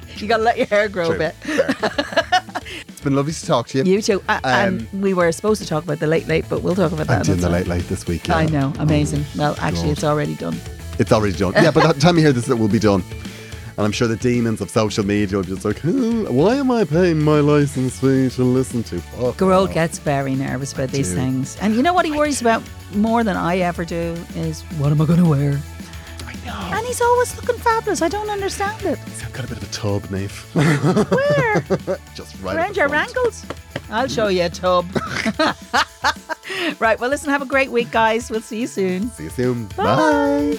Speaker 2: you got to let your hair grow a bit.
Speaker 3: It's been lovely to talk to you.
Speaker 2: You too. Uh, and we were supposed to talk about the late late, but we'll talk about that.
Speaker 3: I'm doing the
Speaker 2: another
Speaker 3: late
Speaker 2: time.
Speaker 3: late this week.
Speaker 2: I
Speaker 3: yeah. Oh,
Speaker 2: know, amazing. Well, actually, it's already done.
Speaker 3: It's already done. Yeah, but that time you hear this, it will be done. And I'm sure the demons of social media will be just like, "Hmm, why am I paying my license fee to listen to? Oh, Fuck
Speaker 2: Garol
Speaker 3: off."
Speaker 2: gets very nervous about these
Speaker 3: do.
Speaker 2: things, and you know what he worries about more than I ever do is what am I going to wear? I know. And he's always looking fabulous. I don't understand it.
Speaker 3: He's got a bit of a tub, Nave.
Speaker 2: Where?
Speaker 3: just right. at
Speaker 2: Around
Speaker 3: the
Speaker 2: your
Speaker 3: front.
Speaker 2: ankles. I'll show you a tub. right. Well, listen. Have a great week, guys. We'll see you soon.
Speaker 3: See you soon.
Speaker 2: Bye.